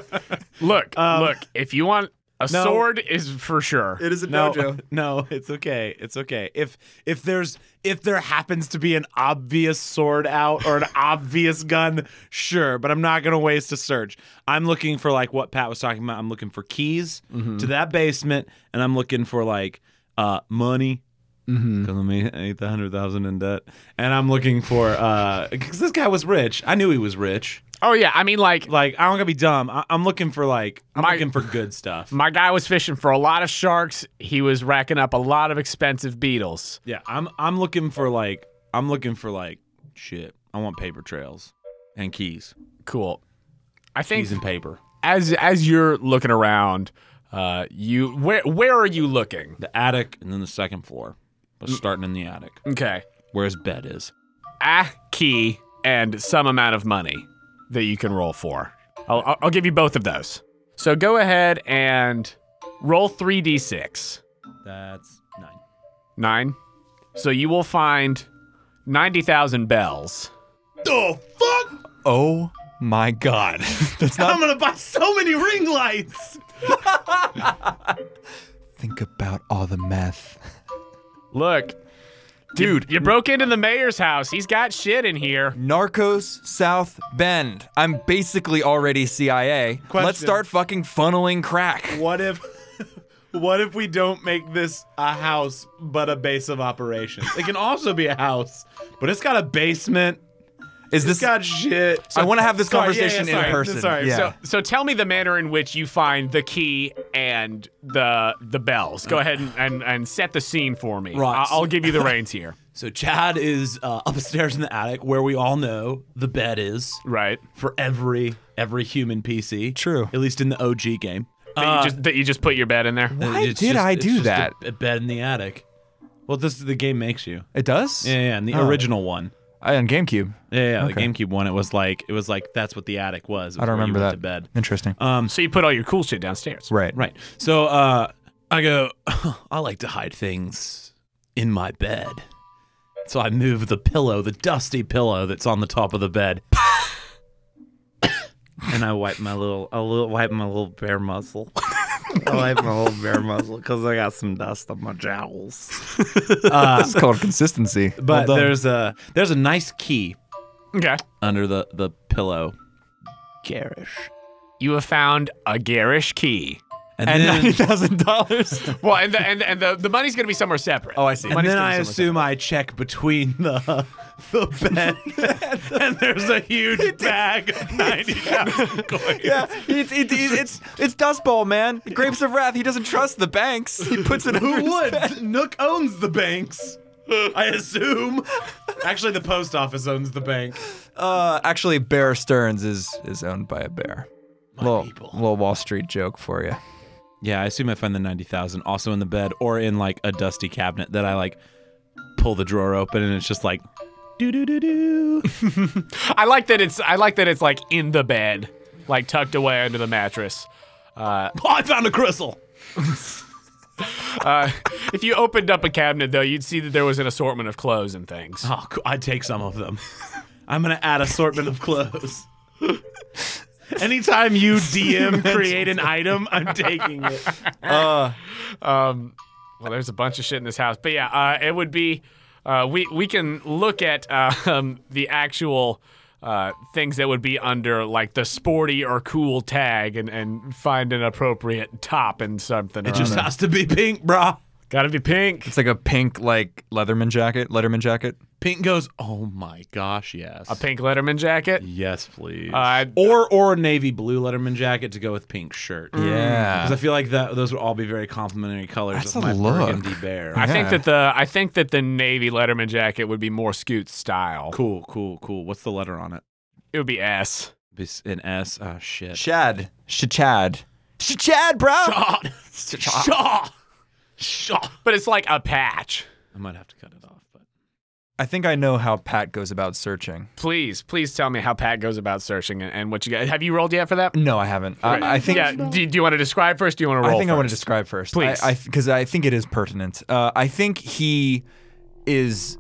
Speaker 1: Look,
Speaker 3: um,
Speaker 1: look, if you want a sword, is for sure.
Speaker 5: It is a
Speaker 3: No,
Speaker 5: dojo.
Speaker 3: no, it's okay. It's okay. If if there's if there happens to be an obvious sword out or an obvious gun, sure. But I'm not gonna waste a search. I'm looking for like what Pat was talking about. I'm looking for keys to that basement, and I'm looking for like uh money. Because I'm eight- eight hundred thousand in debt, and I'm looking for uh, because this guy was rich. I knew he was rich.
Speaker 1: Oh yeah, I mean like
Speaker 3: Like I don't gotta be dumb. I- I'm looking for like I'm
Speaker 1: My-
Speaker 3: looking for good stuff.
Speaker 1: my guy was fishing for a lot of sharks. He was racking up a lot of expensive beetles.
Speaker 3: Yeah, I'm I'm looking for like I'm looking for like shit. I want paper trails and keys.
Speaker 1: Cool. I think
Speaker 3: Keys and paper.
Speaker 1: as as you're looking around, uh, you where where are you looking?
Speaker 3: The attic and then the second floor. But
Speaker 5: Mm.
Speaker 3: starting in the attic.
Speaker 1: Okay,
Speaker 3: Where his bed is.
Speaker 1: a key and some amount of money that you can roll for. I'll I'll- I'll give you both of those. So go ahead and roll three d six.
Speaker 3: That's nine.
Speaker 1: Nine. So you will find ninety thousand bells.
Speaker 5: Oh fuck!
Speaker 2: Oh my god. That's not.
Speaker 5: I'm gonna buy so many ring lights.
Speaker 2: Think about all the meth.
Speaker 1: Look, dude, you, broke into the mayor's house. He's got shit in here.
Speaker 2: Narcos South Bend. I'm basically already CIA. Let's
Speaker 5: Question.
Speaker 2: start fucking funneling crack.
Speaker 5: What if what if we don't make this a house but a base of operations? It can also be a house, but it's got a basement.
Speaker 2: Is this?
Speaker 5: It's got shit.
Speaker 2: I want to have this
Speaker 5: Sorry, yeah, yeah,
Speaker 2: conversation
Speaker 5: sorry,
Speaker 2: in person.
Speaker 5: sorry.
Speaker 2: Yeah.
Speaker 1: So, so tell me the manner in which you find the key and the the bells. Go ahead and, and, and set the scene for me.
Speaker 3: Right.
Speaker 1: I- I'll give you the reins here.
Speaker 3: So Chad is uh, upstairs in the attic where we all know the bed is
Speaker 1: Right.
Speaker 3: for every every human PC.
Speaker 2: True.
Speaker 3: At least in the OG game. Uh,
Speaker 1: That, you just, that you just put your bed in there.
Speaker 2: Why
Speaker 3: It's
Speaker 2: did
Speaker 3: just-
Speaker 2: I
Speaker 3: it's
Speaker 2: do
Speaker 3: just a-
Speaker 2: that?
Speaker 3: A, bed in the attic. Well, this the game makes you.
Speaker 2: it does.
Speaker 3: Yeah, yeah, and the
Speaker 2: Oh.
Speaker 3: original one.
Speaker 2: I, on GameCube.
Speaker 3: Yeah, yeah. The GameCube one. It was like it was like that's what the attic was.
Speaker 2: I
Speaker 3: It was
Speaker 2: don't
Speaker 3: where you
Speaker 2: remember
Speaker 3: went
Speaker 2: that.
Speaker 3: To bed.
Speaker 2: Interesting.
Speaker 1: So you put all your cool shit downstairs.
Speaker 2: right.
Speaker 3: Right. So uh, I go. I like to hide things in my bed. So I move the pillow, the dusty pillow that's on the top of the bed, and I wipe my little, I little wipe my little bear muzzle. I wipe my little bear muzzle because I got some dust on my jowls.
Speaker 2: This is called consistency. Well
Speaker 3: But
Speaker 2: done.
Speaker 3: there's a there's a nice key
Speaker 1: Okay.
Speaker 3: under the the pillow. Garish.
Speaker 1: You have found a garish key.
Speaker 3: And,
Speaker 2: and
Speaker 3: then,
Speaker 2: ninety thousand dollars.
Speaker 1: Well, and the, and, and the, the money's going to be somewhere separate.
Speaker 2: Oh, I see.
Speaker 3: And then I assume I check between the the bed, and there's a huge bag of ninety thousand coins.
Speaker 2: Yeah, it's, it's, it's, it's, it's Dustball, man. Grapes of Wrath. He doesn't trust the banks. He puts it. Who
Speaker 5: Nook owns the banks.
Speaker 3: I assume.
Speaker 5: Actually, the post office owns the bank.
Speaker 2: Uh, actually, Bear Stearns is is owned by a bear. little, little Wall Street joke for you.
Speaker 6: Yeah, I assume I find the 90,000 also in the bed or in like a dusty cabinet that I like pull the drawer open and it's just like do do do do.
Speaker 1: I like that it's I like that it's like in the bed, like tucked away under the mattress.
Speaker 3: Oh, I found a crystal.
Speaker 1: Uh, if you opened up a cabinet though, you'd see that there was an assortment of clothes and things.
Speaker 3: Oh, cool. I take some of them. I'm gonna add assortment of clothes. Anytime you DM create an item, I'm taking it.
Speaker 1: Um, Well, there's a bunch of shit in this house, but yeah, uh, it would be. Uh, we we can look at uh, um, the actual uh, things that would be under like the sporty or cool tag, and, and find an appropriate top and something. It
Speaker 3: Just has to be pink, brah.
Speaker 1: gotta be pink.
Speaker 2: It's like a pink like Leatherman jacket. Letterman jacket.
Speaker 3: Pink goes, oh my gosh, yes.
Speaker 1: A pink Letterman jacket.
Speaker 3: Yes, please.
Speaker 1: Uh,
Speaker 3: or or a navy blue Letterman jacket to go with pink shirt.
Speaker 2: Mm.
Speaker 3: Because I
Speaker 2: Yeah.
Speaker 3: feel like that those would all be very complimentary colors
Speaker 2: That's
Speaker 3: of
Speaker 2: a
Speaker 3: my
Speaker 2: look.
Speaker 3: burgundy bear.
Speaker 1: I think
Speaker 2: Yeah.
Speaker 1: that the I think that the navy Letterman jacket would be more Scoot style.
Speaker 6: Cool, cool, cool. What's the letter on it?
Speaker 1: It would be S.
Speaker 6: Bes- An S. Oh shit.
Speaker 2: Chad. Shachad. Shachad, bro.
Speaker 3: Shaw! Shaw!
Speaker 1: But it's like a patch.
Speaker 6: I might have to cut it off, but
Speaker 2: I think I know how Pat goes about searching.
Speaker 1: Please, please tell me how Pat goes about searching and, and what you guys have you rolled yet for that?
Speaker 2: No, I haven't. I, I think.
Speaker 1: yeah. Do, do you want to describe first? Do you want to
Speaker 2: Mm-hmm. I
Speaker 1: roll?
Speaker 2: think I want to
Speaker 1: first?
Speaker 2: describe first,
Speaker 1: Please.
Speaker 2: I because I, think it is pertinent. Uh, I think he is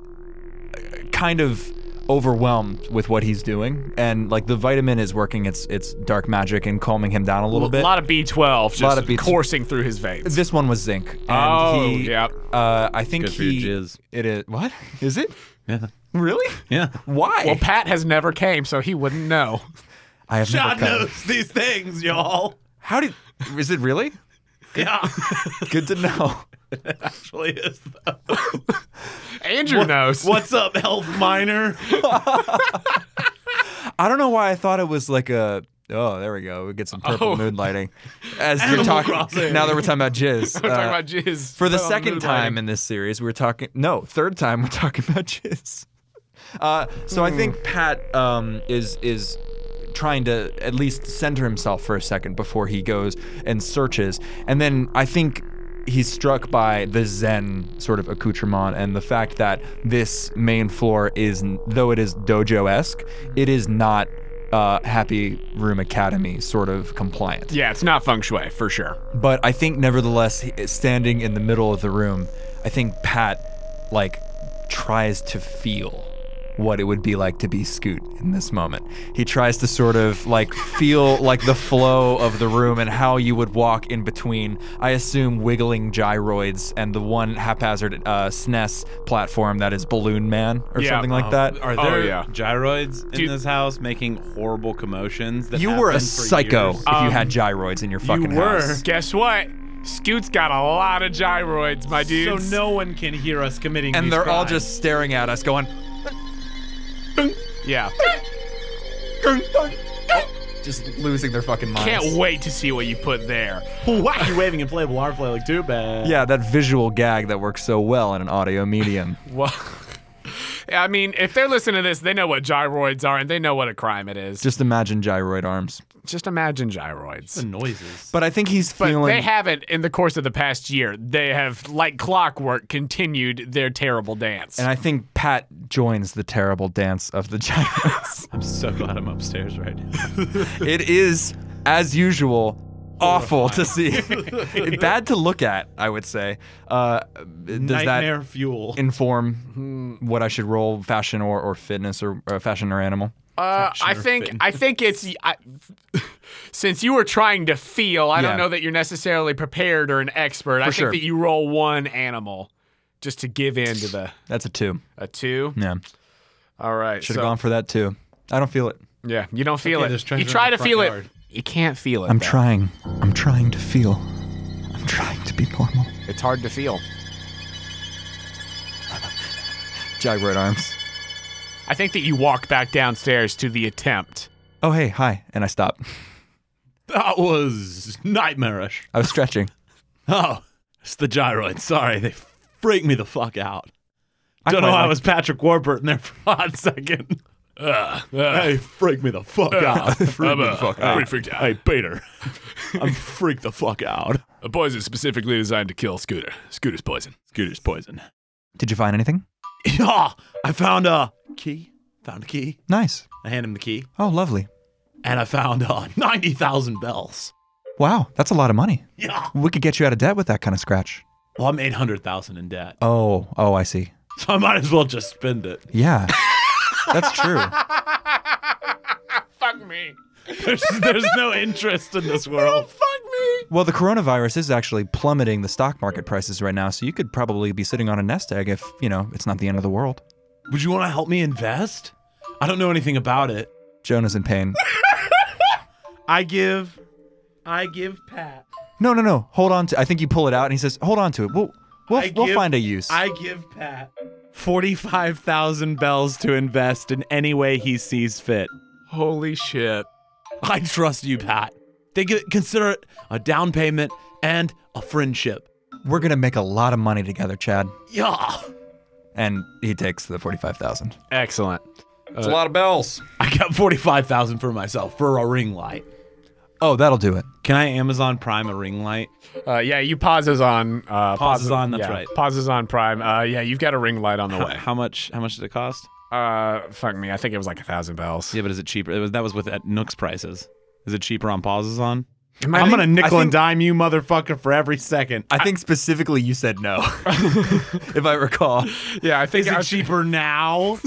Speaker 2: uh, kind of overwhelmed with what he's doing, and like the vitamin is working its its dark magic and calming him down a little bit.
Speaker 1: A lot of B12 just
Speaker 2: Lot of B12.
Speaker 1: coursing through his veins.
Speaker 2: this one was zinc. And
Speaker 1: Oh,
Speaker 2: he,
Speaker 1: yep.
Speaker 2: Uh, I think
Speaker 6: Good for
Speaker 2: he.
Speaker 6: your jizz.
Speaker 2: It is what is it?
Speaker 6: yeah,
Speaker 2: Really?
Speaker 6: yeah.
Speaker 2: Why?
Speaker 1: Well, Pat has never came, so he wouldn't know.
Speaker 2: I have never
Speaker 3: God
Speaker 2: come.
Speaker 3: knows these things, y'all.
Speaker 2: How did? Is it really?
Speaker 3: Yeah,
Speaker 2: Good to know.
Speaker 3: actually is. though.
Speaker 1: Andrew knows.
Speaker 3: What's up, health minor?
Speaker 2: I don't know why I thought it was like a. Oh, there we go. We get some purple
Speaker 1: Oh.
Speaker 2: moonlighting. As
Speaker 3: Animal
Speaker 2: you're talking
Speaker 3: Crossing.
Speaker 2: now that we're talking about jizz.
Speaker 1: We're talking
Speaker 2: uh,
Speaker 1: about jizz.
Speaker 2: for the
Speaker 1: Well,
Speaker 2: second
Speaker 1: moonlighting.
Speaker 2: time in this series, we're talking. No, third time we're talking about jizz. Uh, so I think Pat um, is is trying to at least center himself for a second before he goes and searches, and then I think he's struck by the Zen sort of accoutrement and the fact that this main floor is, though it is dojo esque, it is not uh, Happy Room Academy sort of compliant.
Speaker 1: Yeah, it's not feng shui for sure.
Speaker 2: But I think, nevertheless, he- standing in the middle of the room, I think Pat, like, tries to feel what it would be like to be Scoot in this moment. He tries to sort of, like, feel, like, the flow of the room and how you would walk in between, I assume, wiggling gyroids and the one haphazard uh, SNES platform that is Balloon Man or
Speaker 1: Yeah.
Speaker 2: something like that.
Speaker 6: Are
Speaker 1: Oh,
Speaker 6: there
Speaker 1: yeah.
Speaker 6: gyroids in
Speaker 1: Dude.
Speaker 6: this house making horrible commotions? That
Speaker 2: You were a
Speaker 6: happened for
Speaker 2: psycho
Speaker 5: Uh,
Speaker 6: years?
Speaker 2: if you had gyroids in your fucking house.
Speaker 1: Guess what? Scoot's got a lot of gyroids,
Speaker 3: Uh,
Speaker 1: my
Speaker 5: So
Speaker 1: dudes.
Speaker 5: no one can hear us committing
Speaker 2: And
Speaker 5: these
Speaker 2: they're all
Speaker 5: crimes.
Speaker 2: just staring at us, going,
Speaker 1: Yeah.
Speaker 2: just losing their fucking minds.
Speaker 1: Can't wait to see what you put there.
Speaker 5: wacky waving inflatable arm flailing too bad.
Speaker 2: Yeah, that visual gag that works so well in an audio medium.
Speaker 1: Well, I mean, if they're listening to this, they know what gyroids are and they know what a crime it is. Just,
Speaker 2: Just imagine gyroid arms.
Speaker 1: just imagine gyroids.
Speaker 3: Noises.
Speaker 2: But I think he's
Speaker 1: But
Speaker 2: feeling.
Speaker 1: they haven't in the course of the past year. They have, like clockwork, continued their terrible dance.
Speaker 2: and I think Pat joins the terrible dance of the gyroids.
Speaker 6: I'm so glad I'm upstairs right now.
Speaker 2: it is, as usual, awful to see. Bad to look at, I would say. Uh, does
Speaker 3: Nightmare
Speaker 2: that
Speaker 3: fuel.
Speaker 2: inform what I should roll, fashion or, or fitness or, or fashion or animal?
Speaker 1: uh, I think I think it's I, since you were trying to feel. I
Speaker 2: Yeah.
Speaker 1: don't know that you're necessarily prepared or an expert. I think
Speaker 2: sure.
Speaker 1: that you roll one animal just to give in to the
Speaker 2: That's a two.
Speaker 1: a two.
Speaker 2: Yeah,
Speaker 1: All right,
Speaker 2: should
Speaker 1: so-
Speaker 2: have gone for that too. I don't feel it.
Speaker 1: Yeah, you don't feel
Speaker 3: there's
Speaker 1: it.
Speaker 3: treasure
Speaker 1: You
Speaker 3: in
Speaker 1: try to
Speaker 3: the front
Speaker 1: feel
Speaker 3: yard.
Speaker 1: it. You can't feel it.
Speaker 2: I'm
Speaker 1: though.
Speaker 2: trying. I'm trying to feel. I'm trying to be normal.
Speaker 1: It's hard to feel.
Speaker 2: Gyroid arms.
Speaker 1: I think that you walk back downstairs to the attempt.
Speaker 2: Oh, hey, hi. And I stop.
Speaker 3: That was nightmarish.
Speaker 2: I was stretching.
Speaker 3: Oh, it's the gyroid. Sorry, they freak me the fuck out.
Speaker 2: I
Speaker 3: Don't know
Speaker 2: quite
Speaker 3: how I
Speaker 2: like-
Speaker 3: was Patrick Warburton there for a hot second. hey, freak me the fuck out. Freak me the fuck out.
Speaker 8: pretty freaked out.
Speaker 3: Hey, Peter. I'm freaked the fuck out.
Speaker 8: A poison specifically designed to kill Scooter. Scooter's poison.
Speaker 3: Scooter's poison.
Speaker 2: Did you find anything?
Speaker 3: Yeah, I found a key. Found a key.
Speaker 2: Nice.
Speaker 3: I hand him the key.
Speaker 2: Oh, lovely.
Speaker 3: And I found uh, 90,000 bells.
Speaker 2: Wow, that's a lot of money.
Speaker 3: Yeah.
Speaker 2: We could get you out of debt with that kind of scratch.
Speaker 3: Well, I'm 800,000 in debt.
Speaker 2: Oh, oh, I see.
Speaker 3: So I might as well just spend it.
Speaker 2: Yeah. that's true.
Speaker 1: Fuck me.
Speaker 3: There's, there's no interest in this world.
Speaker 2: Well, the coronavirus is actually plummeting the stock market prices right now, so you could probably be sitting on a nest egg if, you know, it's not the end of the world.
Speaker 3: Would you want to help me invest? I don't know anything about it.
Speaker 2: Jonah's in pain.
Speaker 5: I give, I give Pat.
Speaker 2: No, no, no. Hold on to I think you pull it out and he says, "Hold on to it. We'll we'll,
Speaker 5: I
Speaker 2: we'll
Speaker 5: give-
Speaker 2: find a use."
Speaker 5: I give Pat forty-five thousand bells to invest in any way he sees fit.
Speaker 8: Holy shit.
Speaker 3: I trust you, Pat. Think it, consider it a down payment and a friendship.
Speaker 2: We're going to make a lot of money together, Chad.
Speaker 3: Yeah.
Speaker 2: And he takes the 45,000.
Speaker 1: Excellent.
Speaker 9: It's a lot of bells.
Speaker 3: I got 45,000 for myself for a ring light.
Speaker 2: Oh, that'll do it.
Speaker 3: Can I Amazon Prime a ring light?
Speaker 1: Uh, yeah, you pauses on. Uh,
Speaker 3: Pauses on, that's
Speaker 1: yeah,
Speaker 3: right.
Speaker 1: Pauses on Prime. Uh, yeah, you've got a ring light on the way.
Speaker 6: How much? How much did it cost?
Speaker 1: Uh, fuck me. I think it was like a thousand bells.
Speaker 6: Yeah, but is it cheaper? It was, that was with at Nook's prices. Is it cheaper on pauses on?
Speaker 1: Am I
Speaker 5: I'm
Speaker 1: think-
Speaker 5: gonna nickel
Speaker 2: I
Speaker 5: and
Speaker 2: think-
Speaker 5: dime you, motherfucker, for every second.
Speaker 2: I think specifically you said no. if I recall.
Speaker 1: Yeah, I think
Speaker 5: Is
Speaker 1: I,
Speaker 5: it cheaper now?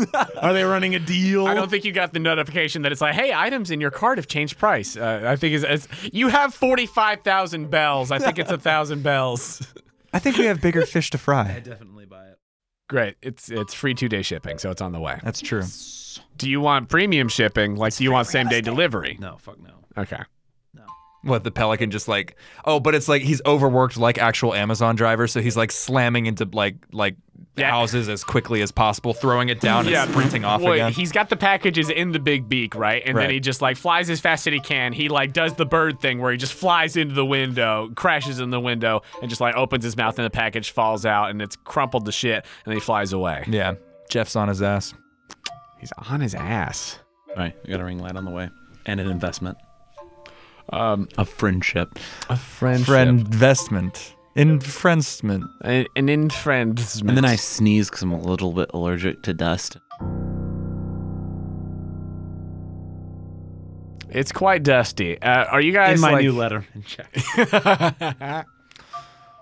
Speaker 5: Are they running a deal?
Speaker 1: I don't think you got the notification that it's like, hey, items in your cart have changed price. Uh, I think it's, it's you have forty five thousand bells. I think it's a thousand bells.
Speaker 2: I think we have bigger fish to fry.
Speaker 3: Definitely buy it.
Speaker 1: Great. It's it's free two day shipping, so it's on the way.
Speaker 2: That's true.
Speaker 1: Do you want premium shipping? Like, do you want same day delivery?
Speaker 3: No, fuck no.
Speaker 1: Okay.
Speaker 2: What the pelican just like oh, but it's like he's overworked like actual Amazon driver, so he's like slamming into like like houses as quickly as possible, throwing it down and sprinting off
Speaker 1: Well,
Speaker 2: again.
Speaker 1: he's got the packages in the big beak, right? And then
Speaker 2: Right.
Speaker 1: he just like flies as fast as he can. He like does the bird thing where he just flies into the window, crashes in the window, and just like opens his mouth and the package falls out and it's crumpled to shit and then he flies away.
Speaker 2: yeah, Jeff's on his ass.
Speaker 1: He's on his ass.
Speaker 6: All right, we got a ring light on the way and an investment. Um, a friendship.
Speaker 2: Friend investment. Investment.
Speaker 1: An, an infriendment.
Speaker 6: And then I sneeze because I'm a little bit allergic to dust.
Speaker 1: It's quite dusty. Uh, are you guys
Speaker 3: In my
Speaker 1: like,
Speaker 3: new letter. Check.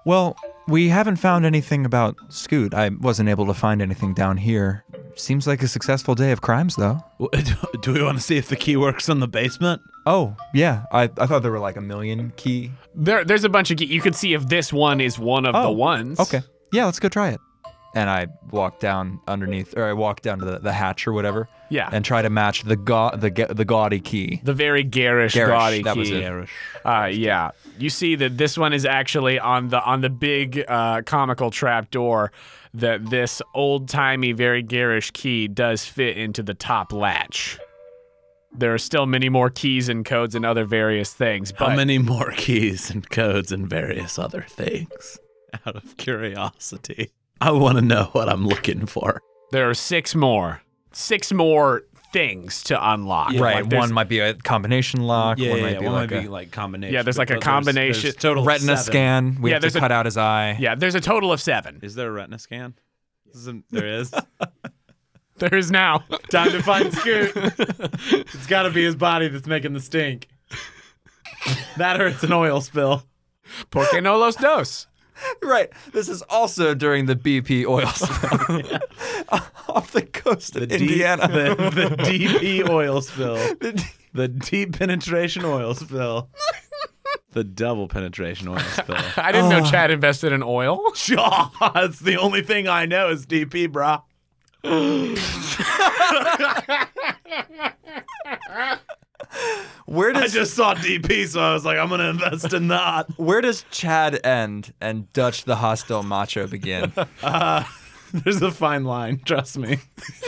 Speaker 2: Well, we haven't found anything about Scoot. I wasn't able to find anything down here. Seems like a successful day of crimes, though.
Speaker 3: Do we want to see if the key works on the basement?
Speaker 2: Oh, yeah. I, I thought there were like a million key.
Speaker 1: There, there's a bunch of. ge- You could see if this one is one of the
Speaker 2: Oh,
Speaker 1: ones.
Speaker 2: Okay. Yeah, let's go try it. And I walk down underneath, or I walk down to the, the hatch or whatever.
Speaker 1: Yeah.
Speaker 2: And try to match the ga- the ga- the gaudy key.
Speaker 1: The very garish,
Speaker 2: Garish,
Speaker 1: gaudy
Speaker 2: that was
Speaker 1: key.
Speaker 2: it.
Speaker 1: Uh, yeah, you see that this one is actually on the on the big uh, comical trap door. That this old timey, very garish key does fit into the top latch. There are still many more keys and codes and other various things. But
Speaker 3: How many more keys and codes and various other things? Out of curiosity, I want to know what I'm looking for.
Speaker 1: there are six more, six more things to unlock.
Speaker 2: right.
Speaker 1: Like, there's-
Speaker 2: one might be a combination lock. one might be like a
Speaker 3: combination.
Speaker 1: Yeah, there's like a
Speaker 3: but
Speaker 1: combination-
Speaker 3: there's total
Speaker 2: retina
Speaker 3: seven.
Speaker 2: scan. We
Speaker 1: Yeah,
Speaker 2: have
Speaker 1: there's
Speaker 2: to
Speaker 1: a-
Speaker 2: cut out his eye.
Speaker 1: yeah, there's a total of seven.
Speaker 6: Is there a retina scan? Isn't- there is.
Speaker 1: There is now.
Speaker 5: Time to find Scoot. it's got to be his body that's making the stink. That hurts an oil spill.
Speaker 1: Por qué no los dos?
Speaker 2: Right. This is also during the BP oil spill off the coast of Indiana.
Speaker 5: The, the DP oil spill. The deep penetration oil spill.
Speaker 6: The double penetration oil spill.
Speaker 1: I didn't know Chad invested in oil.
Speaker 5: Jaw. That's the only thing I know is DP, brah.
Speaker 2: where
Speaker 3: I
Speaker 2: does
Speaker 3: just saw DP, so I was like, I'm gonna invest in that.
Speaker 2: where does Chad end and Dutch the hostile macho begin?
Speaker 5: Uh, There's a fine line. Trust me.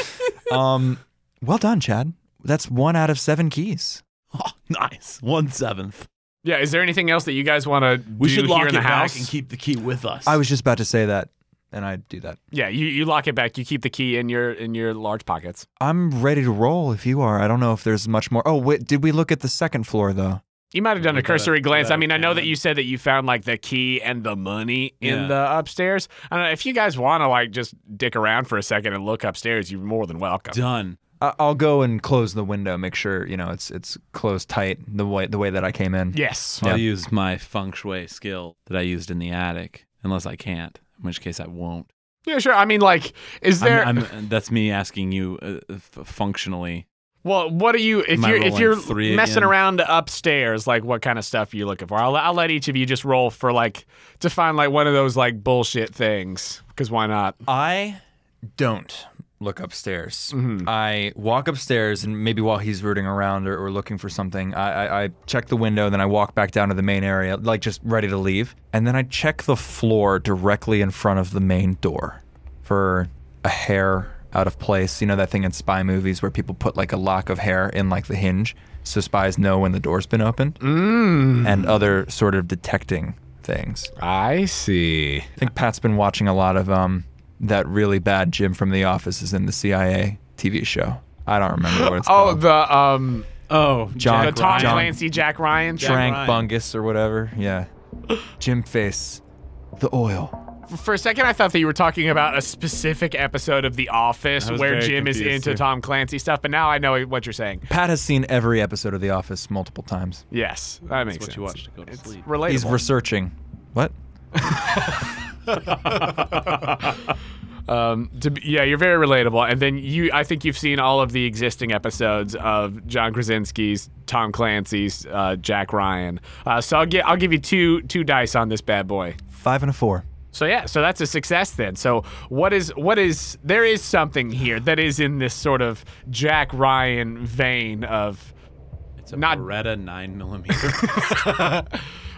Speaker 2: um, well done, Chad. That's one out of seven keys.
Speaker 3: Oh, nice, one seventh.
Speaker 1: Yeah, is there anything else that you guys want to do
Speaker 3: We should lock
Speaker 1: here
Speaker 3: it
Speaker 1: in the
Speaker 3: back
Speaker 1: house?
Speaker 3: and keep the key with us.
Speaker 2: I was just about to say that. and I do that.
Speaker 1: Yeah, you, you lock it back. You keep the key in your in your large pockets.
Speaker 2: I'm ready to roll if you are. I don't know if there's much more. Oh, wait, did we look at the second floor though?
Speaker 1: You might have done a cursory glance. I
Speaker 6: without
Speaker 1: mean, I know that
Speaker 6: canon.
Speaker 1: you said that you found like the key and the money in
Speaker 6: Mm-hmm. Yeah.
Speaker 1: the upstairs. I don't know if you guys want to like just dick around for a second and look upstairs. You're more than welcome.
Speaker 6: Done.
Speaker 2: I- I'll go and close the window, make sure you know it's it's closed tight the way the way that I came in.
Speaker 1: Yes.
Speaker 6: I'll use my feng shui skill that I used in the attic, unless I can't, in which case I won't.
Speaker 1: Yeah, sure. I mean, like, is
Speaker 6: I'm-
Speaker 1: there?
Speaker 6: I'm- that's me asking you uh, f- functionally.
Speaker 1: well, what are you if
Speaker 6: Am I
Speaker 1: you're if
Speaker 6: rolling
Speaker 1: you're
Speaker 6: three
Speaker 1: messing
Speaker 6: again?
Speaker 1: around upstairs? Like, what kind of stuff are you looking for? I'll I'll let each of you just roll for like to find like one of those like bullshit things because why not?
Speaker 2: I don't look upstairs. I walk upstairs, and maybe while he's rooting around or, or looking for something, I, I, I check the window, then I walk back down to the main area, like just ready to leave. And then I check the floor directly in front of the main door for a hair out of place. You know, that thing in spy movies where people put like a lock of hair in like the hinge so spies know when the door's been opened and other sort of detecting things.
Speaker 1: I see.
Speaker 2: I think Pat's been watching a lot of um that really bad Jim from The Office is in the CIA TV show. I don't remember what it's
Speaker 1: Oh,
Speaker 2: called.
Speaker 1: the um,
Speaker 6: Oh,
Speaker 2: John,
Speaker 1: the Tom
Speaker 2: John
Speaker 1: Clancy Jack Ryan.
Speaker 2: Frank Bungus or whatever. Yeah, Jim Face, the oil.
Speaker 1: For a second, I thought that you were talking about a specific episode of The Office
Speaker 6: I was
Speaker 1: where
Speaker 6: very
Speaker 1: Jim is
Speaker 6: confused,
Speaker 1: into
Speaker 6: too.
Speaker 1: Tom Clancy stuff, but now I know what you're saying.
Speaker 2: Pat has seen every episode of The Office multiple times.
Speaker 1: Yes, that makes
Speaker 6: what
Speaker 1: sense.
Speaker 6: you watch to go to sleep.
Speaker 1: Relatable.
Speaker 2: He's researching. What?
Speaker 1: Um, to be, yeah, you're very relatable. And then you, I think you've seen all of the existing episodes of John Krasinski's, Tom Clancy's, uh, Jack Ryan. Uh, so I'll get, I'll give you two two dice on this bad boy.
Speaker 2: Five and a four.
Speaker 1: So yeah, so that's a success then. So what is what is there is something here that is in this sort of Jack Ryan vein of
Speaker 6: It's a
Speaker 1: Not-
Speaker 6: Beretta nine millimeter.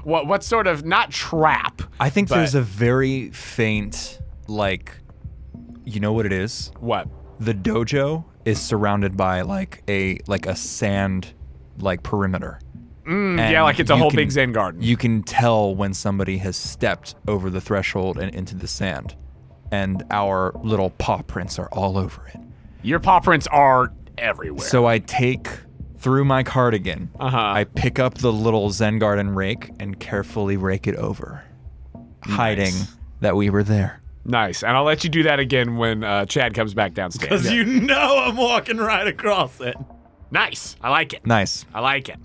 Speaker 1: what what sort of not trap.
Speaker 2: I think
Speaker 1: But-
Speaker 2: there's a very faint, like, you know what it is.
Speaker 1: What?
Speaker 2: the dojo is surrounded by like a like a sand like perimeter. And
Speaker 1: Mm, yeah, like it's a
Speaker 2: you
Speaker 1: whole
Speaker 2: can-
Speaker 1: big Zen garden.
Speaker 2: You can tell when somebody has stepped over the threshold and into the sand, and our little paw prints are all over it.
Speaker 1: Your paw prints are everywhere.
Speaker 2: So I take through my cardigan,
Speaker 1: Uh-huh.
Speaker 2: I pick up the little Zen garden rake and carefully rake it over, hiding that we were there.
Speaker 1: nice. And I'll let you do that again when uh, Chad comes back downstairs.
Speaker 3: Because you know I'm walking right across it.
Speaker 1: Nice. I like it.
Speaker 2: Nice.
Speaker 1: I like it.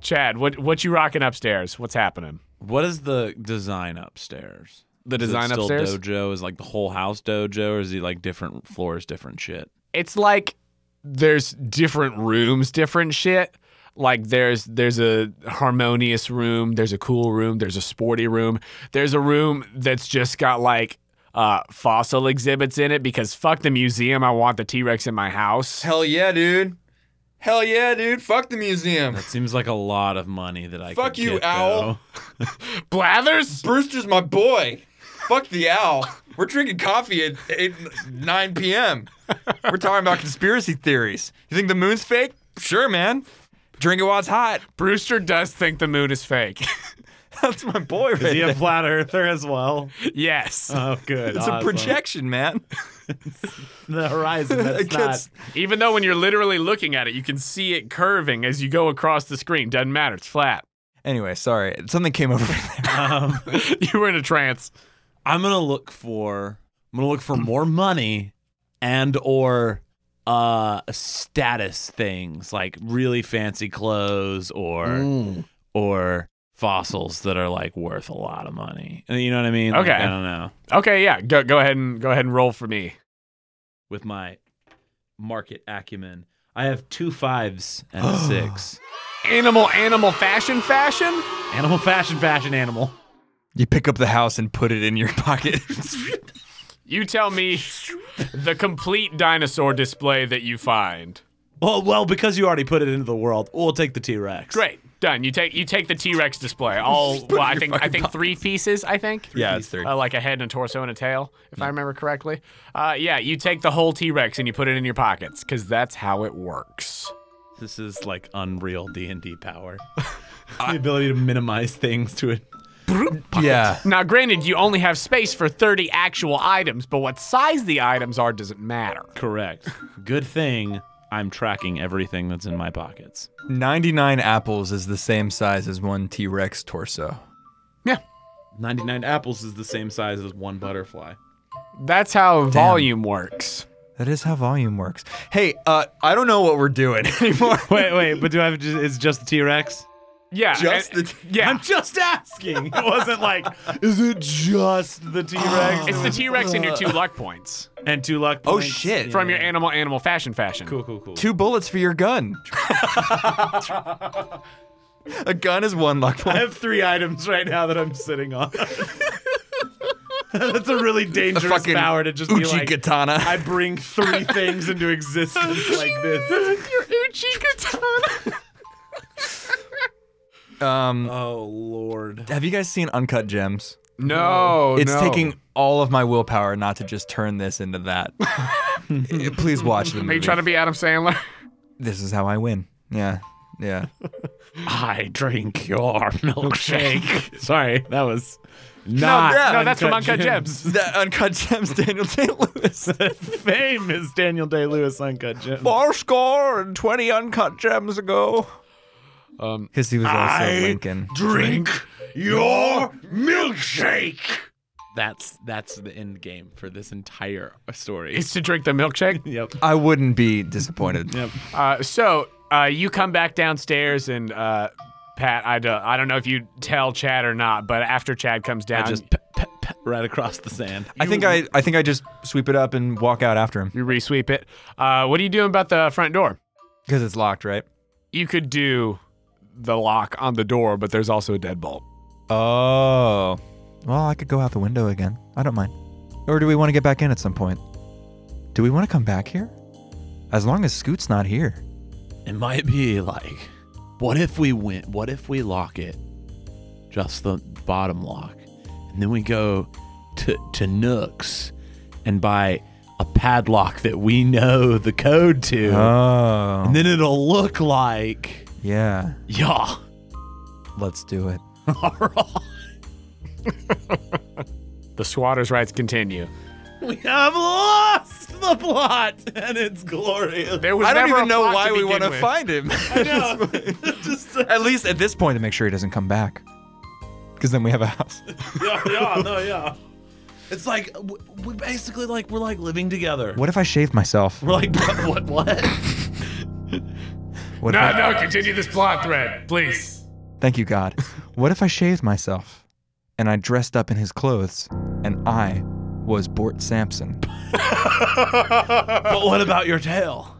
Speaker 1: Chad, what what you rocking upstairs? What's happening?
Speaker 6: what is the design upstairs?
Speaker 1: The
Speaker 6: Is it
Speaker 1: design
Speaker 6: still
Speaker 1: upstairs?
Speaker 6: dojo is like the whole house dojo, or is he like different floors, different shit?
Speaker 1: It's like there's different rooms, different shit. Like there's there's a harmonious room, there's a cool room, there's a sporty room, there's a room that's just got like uh, fossil exhibits in it because fuck the museum, I want the T Rex in my house.
Speaker 2: Hell yeah, dude. Hell yeah, dude. Fuck the museum.
Speaker 6: That seems like a lot of money that I
Speaker 2: Fuck
Speaker 6: could
Speaker 2: you,
Speaker 6: get,
Speaker 2: owl.
Speaker 6: though.
Speaker 1: Blathers.
Speaker 2: Brewster's my boy. Fuck the owl. We're drinking coffee at 8, 9 p.m. We're talking about conspiracy theories. You think the moon's fake? Sure, man. Drink it while it's hot.
Speaker 1: Brewster does think the moon is fake.
Speaker 2: That's my boy right
Speaker 3: Be
Speaker 2: there.
Speaker 3: a flat earther as well.
Speaker 1: yes.
Speaker 3: Oh, good.
Speaker 2: It's a projection, man.
Speaker 3: The horizon. That's not.
Speaker 2: It's-
Speaker 1: Even though when you're literally looking at it, you can see it curving as you go across the screen. Doesn't matter. It's flat.
Speaker 2: Anyway, sorry. Something came over me there.
Speaker 1: you were in a trance.
Speaker 6: I'm gonna look for I'm gonna look for more money and or uh status things like really fancy clothes or or fossils that are like worth a lot of money. And you know what I mean? Like,
Speaker 1: Okay.
Speaker 6: I don't know.
Speaker 1: Okay, yeah. Go go ahead and go ahead and roll for me.
Speaker 6: With my market acumen. I have two fives and a six.
Speaker 1: Animal, animal, fashion, fashion.
Speaker 3: Animal fashion, fashion animal.
Speaker 2: You pick up the house and put it in your pocket.
Speaker 1: You tell me the complete dinosaur display that you find.
Speaker 3: Well, well, because you already put it into the world, we'll take the T Rex.
Speaker 1: Great, done. You take you take the T Rex display. All well, I think I think three pieces. I think.
Speaker 2: yeah, it's three.
Speaker 1: Uh, like a head and a torso and a tail, if I remember correctly. Uh, yeah, you take the whole T Rex and you put it in your pockets, because that's how it works.
Speaker 6: This is like unreal D and D power.
Speaker 3: The ability to minimize things to it.
Speaker 2: Yeah.
Speaker 1: Now, granted, you only have space for 30 actual items, but what size the items are doesn't matter.
Speaker 3: Correct. Good thing I'm tracking everything that's in my pockets.
Speaker 2: 99 apples is the same size as one T Rex torso.
Speaker 1: Yeah.
Speaker 3: 99 apples is the same size as one butterfly.
Speaker 1: That's how volume works.
Speaker 2: That is how volume works. Hey, uh, I don't know what we're doing anymore.
Speaker 3: Wait, wait, but do I have just, it's just the T Rex?
Speaker 1: Yeah.
Speaker 2: Just
Speaker 1: and-
Speaker 2: the-
Speaker 1: yeah.
Speaker 3: I'm just asking. It wasn't like, is it just the T Rex?
Speaker 1: Oh, it's uh, the T Rex and your two luck points
Speaker 3: and two luck
Speaker 2: oh,
Speaker 3: points.
Speaker 2: shit.
Speaker 1: from your animal, animal fashion, fashion.
Speaker 3: Cool, cool, cool.
Speaker 2: Two bullets for your gun. A gun is one luck
Speaker 3: I
Speaker 2: point.
Speaker 3: have three items right now that I'm sitting on. That's a really dangerous
Speaker 2: fucking
Speaker 3: power to just be
Speaker 2: Uchi
Speaker 3: like,
Speaker 2: katana.
Speaker 3: I bring three things into existence like this.
Speaker 1: Your Uchi katana.
Speaker 2: um,
Speaker 3: Oh, Lord.
Speaker 2: have you guys seen Uncut Gems?
Speaker 1: No,
Speaker 2: It's
Speaker 1: Oh, no.
Speaker 2: taking all of my willpower not to just turn this into that. Eh, Please watch the movie.
Speaker 1: Are you trying to be Adam Sandler?
Speaker 2: this is how I win. Yeah. Yeah.
Speaker 3: I drink your milkshake. Sorry, that was not.
Speaker 1: no,
Speaker 2: yeah.
Speaker 1: no, that's from Uncut
Speaker 3: Uncut
Speaker 1: Gems.
Speaker 2: the Uncut Gems, Daniel Day Lewis.
Speaker 3: famous Daniel Day Lewis uncut Gems.
Speaker 2: Bar score and 20 Uncut Gems ago.
Speaker 1: Um,
Speaker 2: Because he was also Lincoln.
Speaker 10: Drink your milkshake.
Speaker 3: That's that's the end game for this entire story.
Speaker 1: It's to drink the milkshake.
Speaker 3: yep.
Speaker 2: I wouldn't be disappointed.
Speaker 1: Uh, so uh, you come back downstairs, and uh, Pat, I, do, I don't know if you tell Chad or not, but after Chad comes down,
Speaker 3: Just pet, pet, pet right across the sand.
Speaker 2: I think I, I think I just sweep it up and walk out after him
Speaker 1: you resweep it. Uh, what are you doing about the front door?
Speaker 2: because it's locked, right?
Speaker 1: You could do the lock on the door, but there's also a deadbolt.
Speaker 2: Oh, well, I could go out the window again. I don't mind. Or do we want to get back in at some point? Do we want to come back here? As long as Scoot's not here.
Speaker 3: It might be like, what if we went? What if we lock it, just the bottom lock, and then we go to to Nooks and buy a padlock that we know the code to,
Speaker 2: Oh,
Speaker 3: and then it'll look like
Speaker 2: yeah.
Speaker 3: yeah.
Speaker 2: Let's do it.
Speaker 3: All right.
Speaker 1: The squatter's rights continue.
Speaker 3: We have lost the plot, and it's glorious.
Speaker 1: There was never a plot to begin
Speaker 2: wanna
Speaker 1: with.
Speaker 2: find him.
Speaker 3: Just,
Speaker 2: at least at this point, to make sure he doesn't come back. Because then we have a house.
Speaker 3: Oh, yeah, yeah, no, yeah. It's like w- we basically like we're like living together.
Speaker 2: What if I shaved myself?
Speaker 3: We're like what? What? what?
Speaker 2: What if
Speaker 1: No,
Speaker 2: I-
Speaker 1: no, continue this plot thread, please.
Speaker 2: Thank you, God. What if I shaved myself and I dressed up in his clothes and I was Bort Sampson?
Speaker 3: but what about your tail?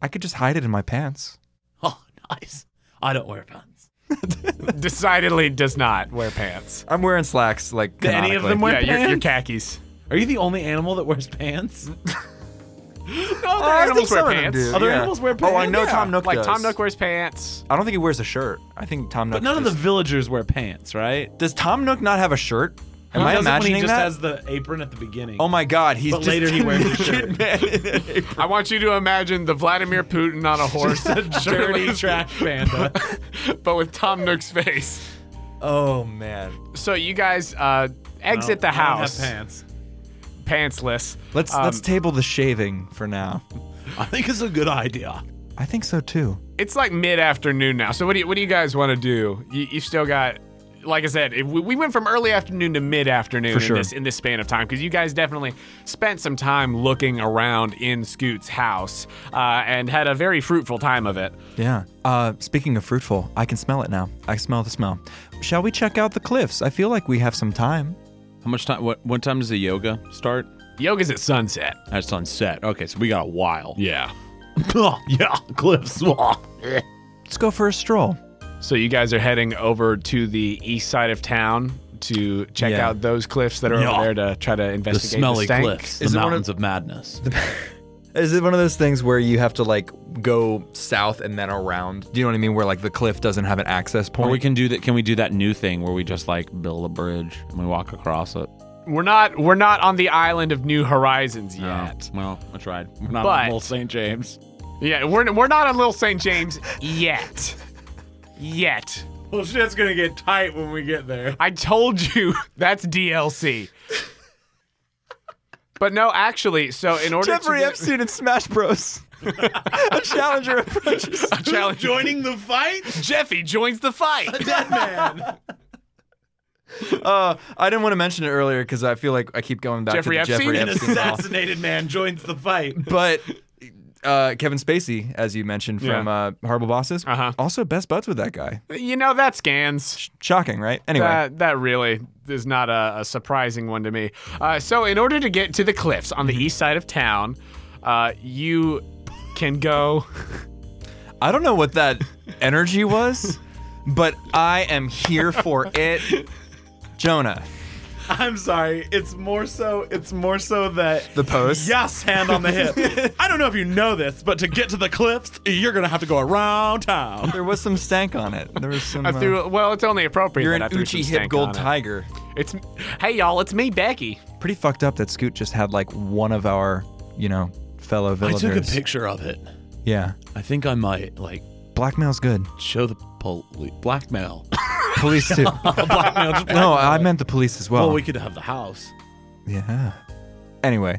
Speaker 2: I could just hide it in my pants.
Speaker 3: Oh, nice. I don't wear pants.
Speaker 1: Decidedly does not wear pants.
Speaker 2: I'm wearing slacks, like
Speaker 3: Do any of them
Speaker 2: canonically.
Speaker 3: wear
Speaker 1: yeah, your- your
Speaker 3: pants?
Speaker 1: khakis.
Speaker 3: Are you the only animal that wears pants?
Speaker 1: No,
Speaker 2: Oh, I think
Speaker 1: animals wear
Speaker 2: some of them
Speaker 1: pants.
Speaker 2: do,
Speaker 3: Other
Speaker 2: yeah.
Speaker 3: animals wear
Speaker 2: Oh, I
Speaker 3: pants?
Speaker 2: know
Speaker 3: Yeah.
Speaker 2: Tom Nook
Speaker 1: like
Speaker 2: does.
Speaker 1: Tom Nook wears pants.
Speaker 2: I don't think he wears a shirt. I think Tom Nook.
Speaker 3: But none of the
Speaker 2: just-
Speaker 3: villagers wear pants, right?
Speaker 2: Does Tom Nook not have a shirt? Am
Speaker 3: He
Speaker 2: I
Speaker 3: doesn't when
Speaker 2: imagining
Speaker 3: he just
Speaker 2: that?
Speaker 3: has the apron at the beginning.
Speaker 2: oh my God, he's
Speaker 3: But
Speaker 2: just
Speaker 3: later he wears a
Speaker 2: naked
Speaker 3: shirt.
Speaker 2: man in an apron.
Speaker 1: I want you to imagine the Vladimir Putin on a horse,
Speaker 3: dirty
Speaker 1: shirtless,
Speaker 3: trash panda.
Speaker 1: but with Tom Nook's face.
Speaker 2: Oh man.
Speaker 1: So you guys uh, exit the house,
Speaker 3: I don't have pants.
Speaker 1: pantsless.
Speaker 2: Let's
Speaker 1: Um,
Speaker 2: let's table the shaving for now.
Speaker 3: I think it's a good idea.
Speaker 2: I think so too.
Speaker 1: It's like mid afternoon now. So what do you what do you guys want to do? You, you've still got. Like I said, it, we we went from early afternoon to mid afternoon in
Speaker 2: sure.
Speaker 1: this in this span of time because you guys definitely spent some time looking around in Scoot's house uh, and had a very fruitful time of it.
Speaker 2: Yeah. Uh, speaking of fruitful, I can smell it now. I smell the smell. Shall we check out the cliffs? I feel like we have some time.
Speaker 10: How much time? What? What time does the yoga start?
Speaker 1: Yoga's at sunset.
Speaker 10: That's on set. Okay, so we got a while.
Speaker 1: Yeah.
Speaker 3: yeah, cliffs.
Speaker 2: Let's go for a stroll.
Speaker 1: So you guys are heading over to the east side of town to check
Speaker 2: Yeah.
Speaker 1: out those cliffs that are
Speaker 3: Yeah.
Speaker 1: over there to try to
Speaker 10: The
Speaker 1: investigate the,
Speaker 10: smelly
Speaker 1: stank.
Speaker 10: cliffs,
Speaker 2: Is
Speaker 10: the
Speaker 2: it one of-
Speaker 10: mountains of, madness.
Speaker 2: Is it one of those things where you have to like go south and then around? Do you know what I mean? Where like the cliff doesn't have an access
Speaker 10: Or
Speaker 2: point?
Speaker 10: we can do that. Can we do that new thing where we just like build a bridge and we walk across it?
Speaker 1: We're not we're not on the island of New Horizons yet.
Speaker 10: Oh, well, I tried. We're not
Speaker 1: But-
Speaker 10: on Old St. James.
Speaker 1: Yeah, we're we're not on Little St. James yet. yet.
Speaker 5: Well, shit's gonna get tight when we get there.
Speaker 1: I told you that's DLC. but no, actually, so in order
Speaker 2: Jeffrey
Speaker 1: to get-
Speaker 2: Epstein in Smash Bros. a challenger approaches.
Speaker 1: challenge
Speaker 3: Joining the fight?
Speaker 1: Jeffy joins the fight.
Speaker 2: Uh, I didn't want to mention it earlier because I feel like I keep going back
Speaker 1: Jeffrey
Speaker 2: to the
Speaker 1: Epstein?
Speaker 2: Jeffrey
Speaker 1: An
Speaker 3: An
Speaker 2: Epstein. model.
Speaker 3: assassinated man joins the fight.
Speaker 2: but uh, Kevin Spacey, as you mentioned from uh, Horrible Bosses,
Speaker 1: Uh-huh.
Speaker 2: also best buds with that guy.
Speaker 1: you know that scans.
Speaker 2: Shocking, right? Anyway,
Speaker 1: That, that really is not a, a surprising one to me. Uh, so, in order to get to the cliffs on the
Speaker 2: Mm-hmm.
Speaker 1: east side of town, uh, you can go.
Speaker 2: I don't know what that energy was, but I am here for it. Jonah,
Speaker 5: I'm sorry. It's more so. It's more so that
Speaker 2: the post.
Speaker 5: yes, hand on the hip. I don't know if you know this, but to get to the cliffs, you're gonna have to go around town.
Speaker 2: There was some stank on it. There was some.
Speaker 1: I
Speaker 2: uh,
Speaker 1: threw, well, it's only appropriate.
Speaker 2: you're an
Speaker 1: that I threw some
Speaker 2: Uchi hip
Speaker 1: stank
Speaker 2: gold
Speaker 1: on it.
Speaker 2: tiger.
Speaker 1: It's hey y'all, it's me, Becky.
Speaker 2: Pretty fucked up that Scoot just had like one of our, you know, fellow
Speaker 3: I
Speaker 2: villagers.
Speaker 3: took a picture of it.
Speaker 2: Yeah,
Speaker 3: I think I might like
Speaker 2: blackmail's good.
Speaker 3: show the police blackmail.
Speaker 2: Police too.
Speaker 3: blackmail. Just blackmail.
Speaker 2: no, I meant the police as well.
Speaker 3: Well, we could have the house.
Speaker 2: yeah. Anyway,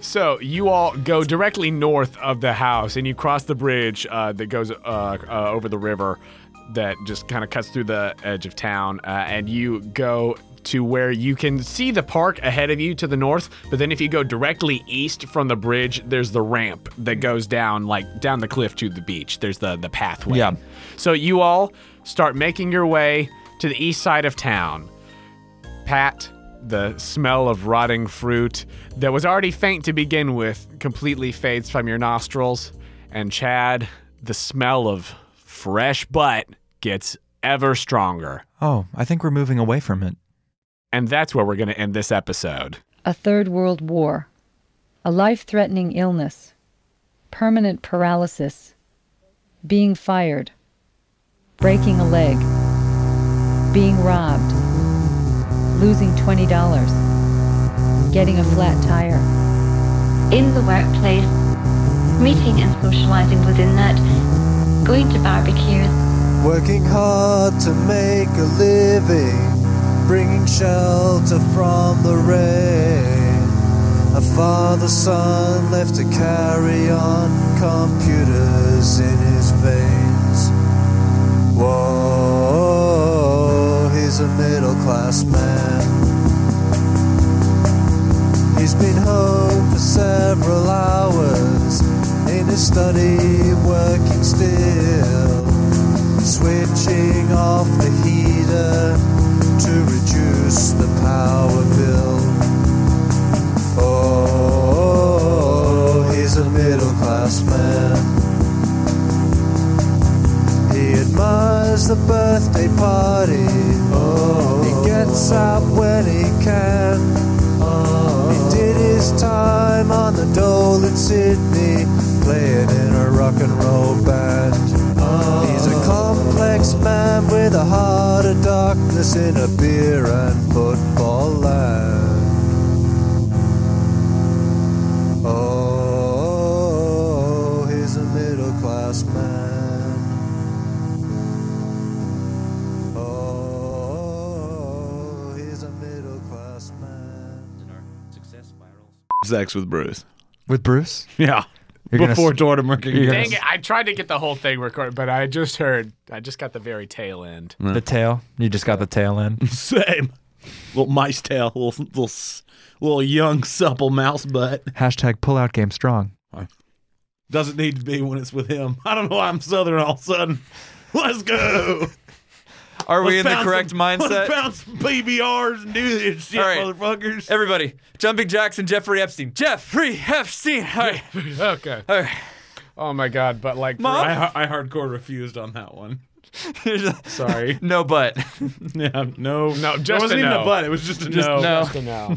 Speaker 1: So you all go directly north of the house, and you cross the bridge uh, that goes uh, uh, over the river that just kind of cuts through the edge of town, uh, and you go to where you can see the park ahead of you to the north. But then if you go directly east from the bridge, there's the ramp that goes down like down the cliff to the beach. There's the the pathway.
Speaker 2: Yeah.
Speaker 1: So you all start making your way to the east side of town. Pat, the smell of rotting fruit that was already faint to begin with completely fades from your nostrils. And Chad, the smell of fresh butt gets ever stronger.
Speaker 2: oh, I think we're moving away from it.
Speaker 1: And that's where we're going to end this episode.
Speaker 9: a third world war, a life threatening illness, permanent paralysis, being fired, breaking a leg, being robbed, losing $20, getting a flat tire.
Speaker 11: in the workplace, meeting and socializing within that, going to barbecues,
Speaker 12: Working hard to make a living, bringing shelter from the rain. A father son left to carry on, computers in his veins. Whoa, he's a middle class man. He's been home for several hours, in his study, working still switching off the heater to reduce the power bill. Oh, he's a middle class man. He admires the birthday party. Oh, he gets out when he can. Oh, he did his time on the dole in Sydney, playing in a rock and roll band. He's a complex man with a heart of darkness in a beer and football land. Oh, he's a middle class man. Oh, he's a middle class man.
Speaker 3: Sex with Bruce.
Speaker 2: With Bruce?
Speaker 3: Yeah.
Speaker 2: You're gonna
Speaker 3: Before
Speaker 2: s-
Speaker 3: Jordan can
Speaker 2: you're gonna
Speaker 1: Dang it, I tried to get the whole thing recorded, but I just heard, I just got the very tail end.
Speaker 2: The tail. You just got the tail in.
Speaker 3: Same. Little mice tail, little, little, s- little young supple mouse butt.
Speaker 2: Hashtag pull out game strong.
Speaker 3: Doesn't need to be when it's with him. I don't know why I'm southern all of a sudden. Let's go.
Speaker 2: Are we in the
Speaker 3: Bounce
Speaker 2: correct
Speaker 3: some-
Speaker 2: mindset?
Speaker 3: Let's bounce some PBRs and do this shit,
Speaker 2: All right.
Speaker 3: motherfuckers.
Speaker 2: Everybody, jumping jacks and Jeffrey Epstein. Jeffrey Epstein. All right.
Speaker 1: Okay.
Speaker 2: All right.
Speaker 1: Oh my God, but like,
Speaker 2: Mom?
Speaker 5: I, I hardcore refused on that one.
Speaker 2: Sorry. No, but
Speaker 5: Yeah, no,
Speaker 1: No, just
Speaker 5: it wasn't
Speaker 1: a
Speaker 5: even
Speaker 1: no.
Speaker 5: a butt. It was just a
Speaker 2: Just
Speaker 3: Oh,
Speaker 5: no.
Speaker 2: no.
Speaker 1: to know.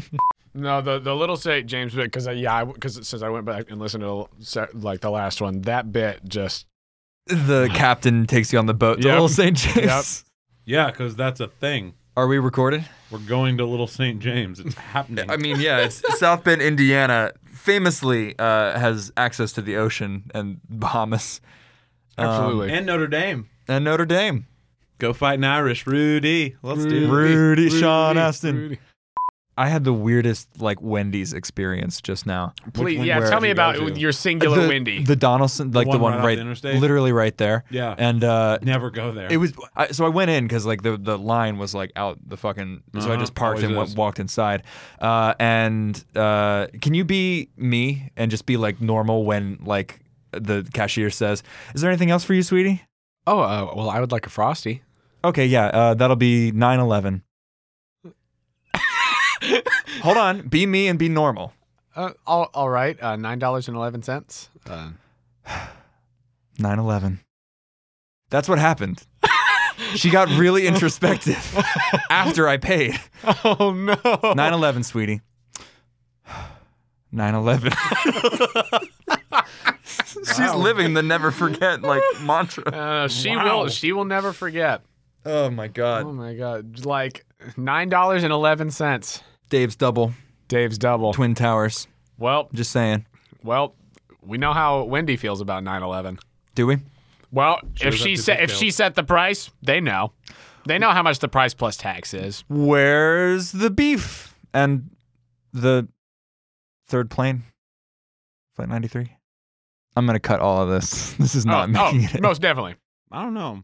Speaker 1: No, the the little say James bit because yeah, because since I went back and listened to se- like the last one, that bit just
Speaker 2: the captain takes you on the boat to
Speaker 1: Yep.
Speaker 2: Little St. James.
Speaker 5: Yeah, because that's a thing.
Speaker 2: Are we recorded?
Speaker 5: We're going to Little St. James. It's happening.
Speaker 2: I mean, yeah, it's South Bend, Indiana, famously uh, has access to the ocean and Bahamas
Speaker 1: absolutely.
Speaker 5: and Notre Dame.
Speaker 2: and Notre Dame.
Speaker 3: Go fight an Irish, Rudy. Let's do it.
Speaker 2: Rudy, Sean Astin. I had the weirdest like Wendy's experience just now.
Speaker 1: Please, yeah,
Speaker 2: Where-
Speaker 1: tell me about your singular
Speaker 2: the,
Speaker 1: Wendy.
Speaker 2: The Donaldson, like the
Speaker 3: one
Speaker 2: one,
Speaker 3: right off
Speaker 2: right,
Speaker 3: the interstate?
Speaker 2: literally right there.
Speaker 3: Yeah.
Speaker 2: and uh,
Speaker 3: Never go there.
Speaker 2: it was I, so I went in because like the the line was like out the fucking.
Speaker 3: Uh-huh.
Speaker 2: So I just parked and went, walked inside. Uh, and uh, can you be me and just be like normal when like the cashier says, "Is there anything else for you, sweetie?"
Speaker 1: oh, uh, well, I would like a frosty.
Speaker 2: Okay, yeah, uh, that'll be 9-11. Hold on, be me and be normal.
Speaker 1: Uh, all, all right, uh, nine dollars and eleven cents. Uh,
Speaker 2: 9-11. That's what happened. she got really introspective after I paid.
Speaker 1: oh no!
Speaker 2: 9-11, sweetie. 9-11. She's living the never forget like mantra.
Speaker 1: Uh, she will. She will never forget.
Speaker 2: Oh my
Speaker 1: Oh
Speaker 2: god.
Speaker 1: my god! Like nine dollars and eleven cents.
Speaker 2: Dave's double,
Speaker 1: Dave's double.
Speaker 2: Twin Towers.
Speaker 1: Well,
Speaker 2: Just saying.
Speaker 1: well, we know how Wendy feels about 9/11.
Speaker 2: Do we?
Speaker 1: Well, if she set if she set the price, they know. They know how much the price plus tax is.
Speaker 2: Where's the beef? And the third plane, flight 93. I'm going to cut all of this. This is not
Speaker 1: oh,
Speaker 2: making
Speaker 1: oh,
Speaker 2: it.
Speaker 1: most definitely.
Speaker 3: I don't know.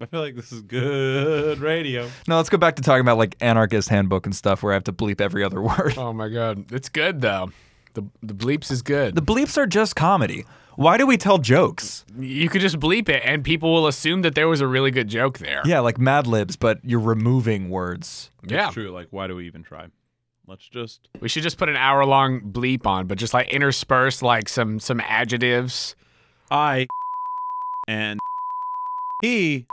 Speaker 3: I feel like this is good radio.
Speaker 2: No, let's go back to talking about like anarchist handbook and stuff where I have to bleep every other word.
Speaker 1: Oh my god, it's good though. The the bleeps is good.
Speaker 2: The bleeps are just comedy. Why do we tell jokes?
Speaker 1: you could just bleep it, and people will assume that there was a really good joke there.
Speaker 2: Yeah, like Mad Libs, but you're removing words.
Speaker 1: Yeah.
Speaker 3: It's true. Like, why do we even try? Let's just.
Speaker 1: We should just put an hour long bleep on, but just like intersperse like some some adjectives.
Speaker 3: I and he.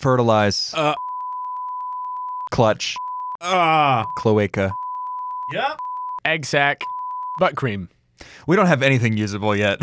Speaker 2: Fertilize.
Speaker 3: Uh.
Speaker 2: clutch.
Speaker 3: Ah.
Speaker 2: Cloaca.
Speaker 3: yep.
Speaker 1: Egg sack, butt cream.
Speaker 2: We don't have anything usable yet.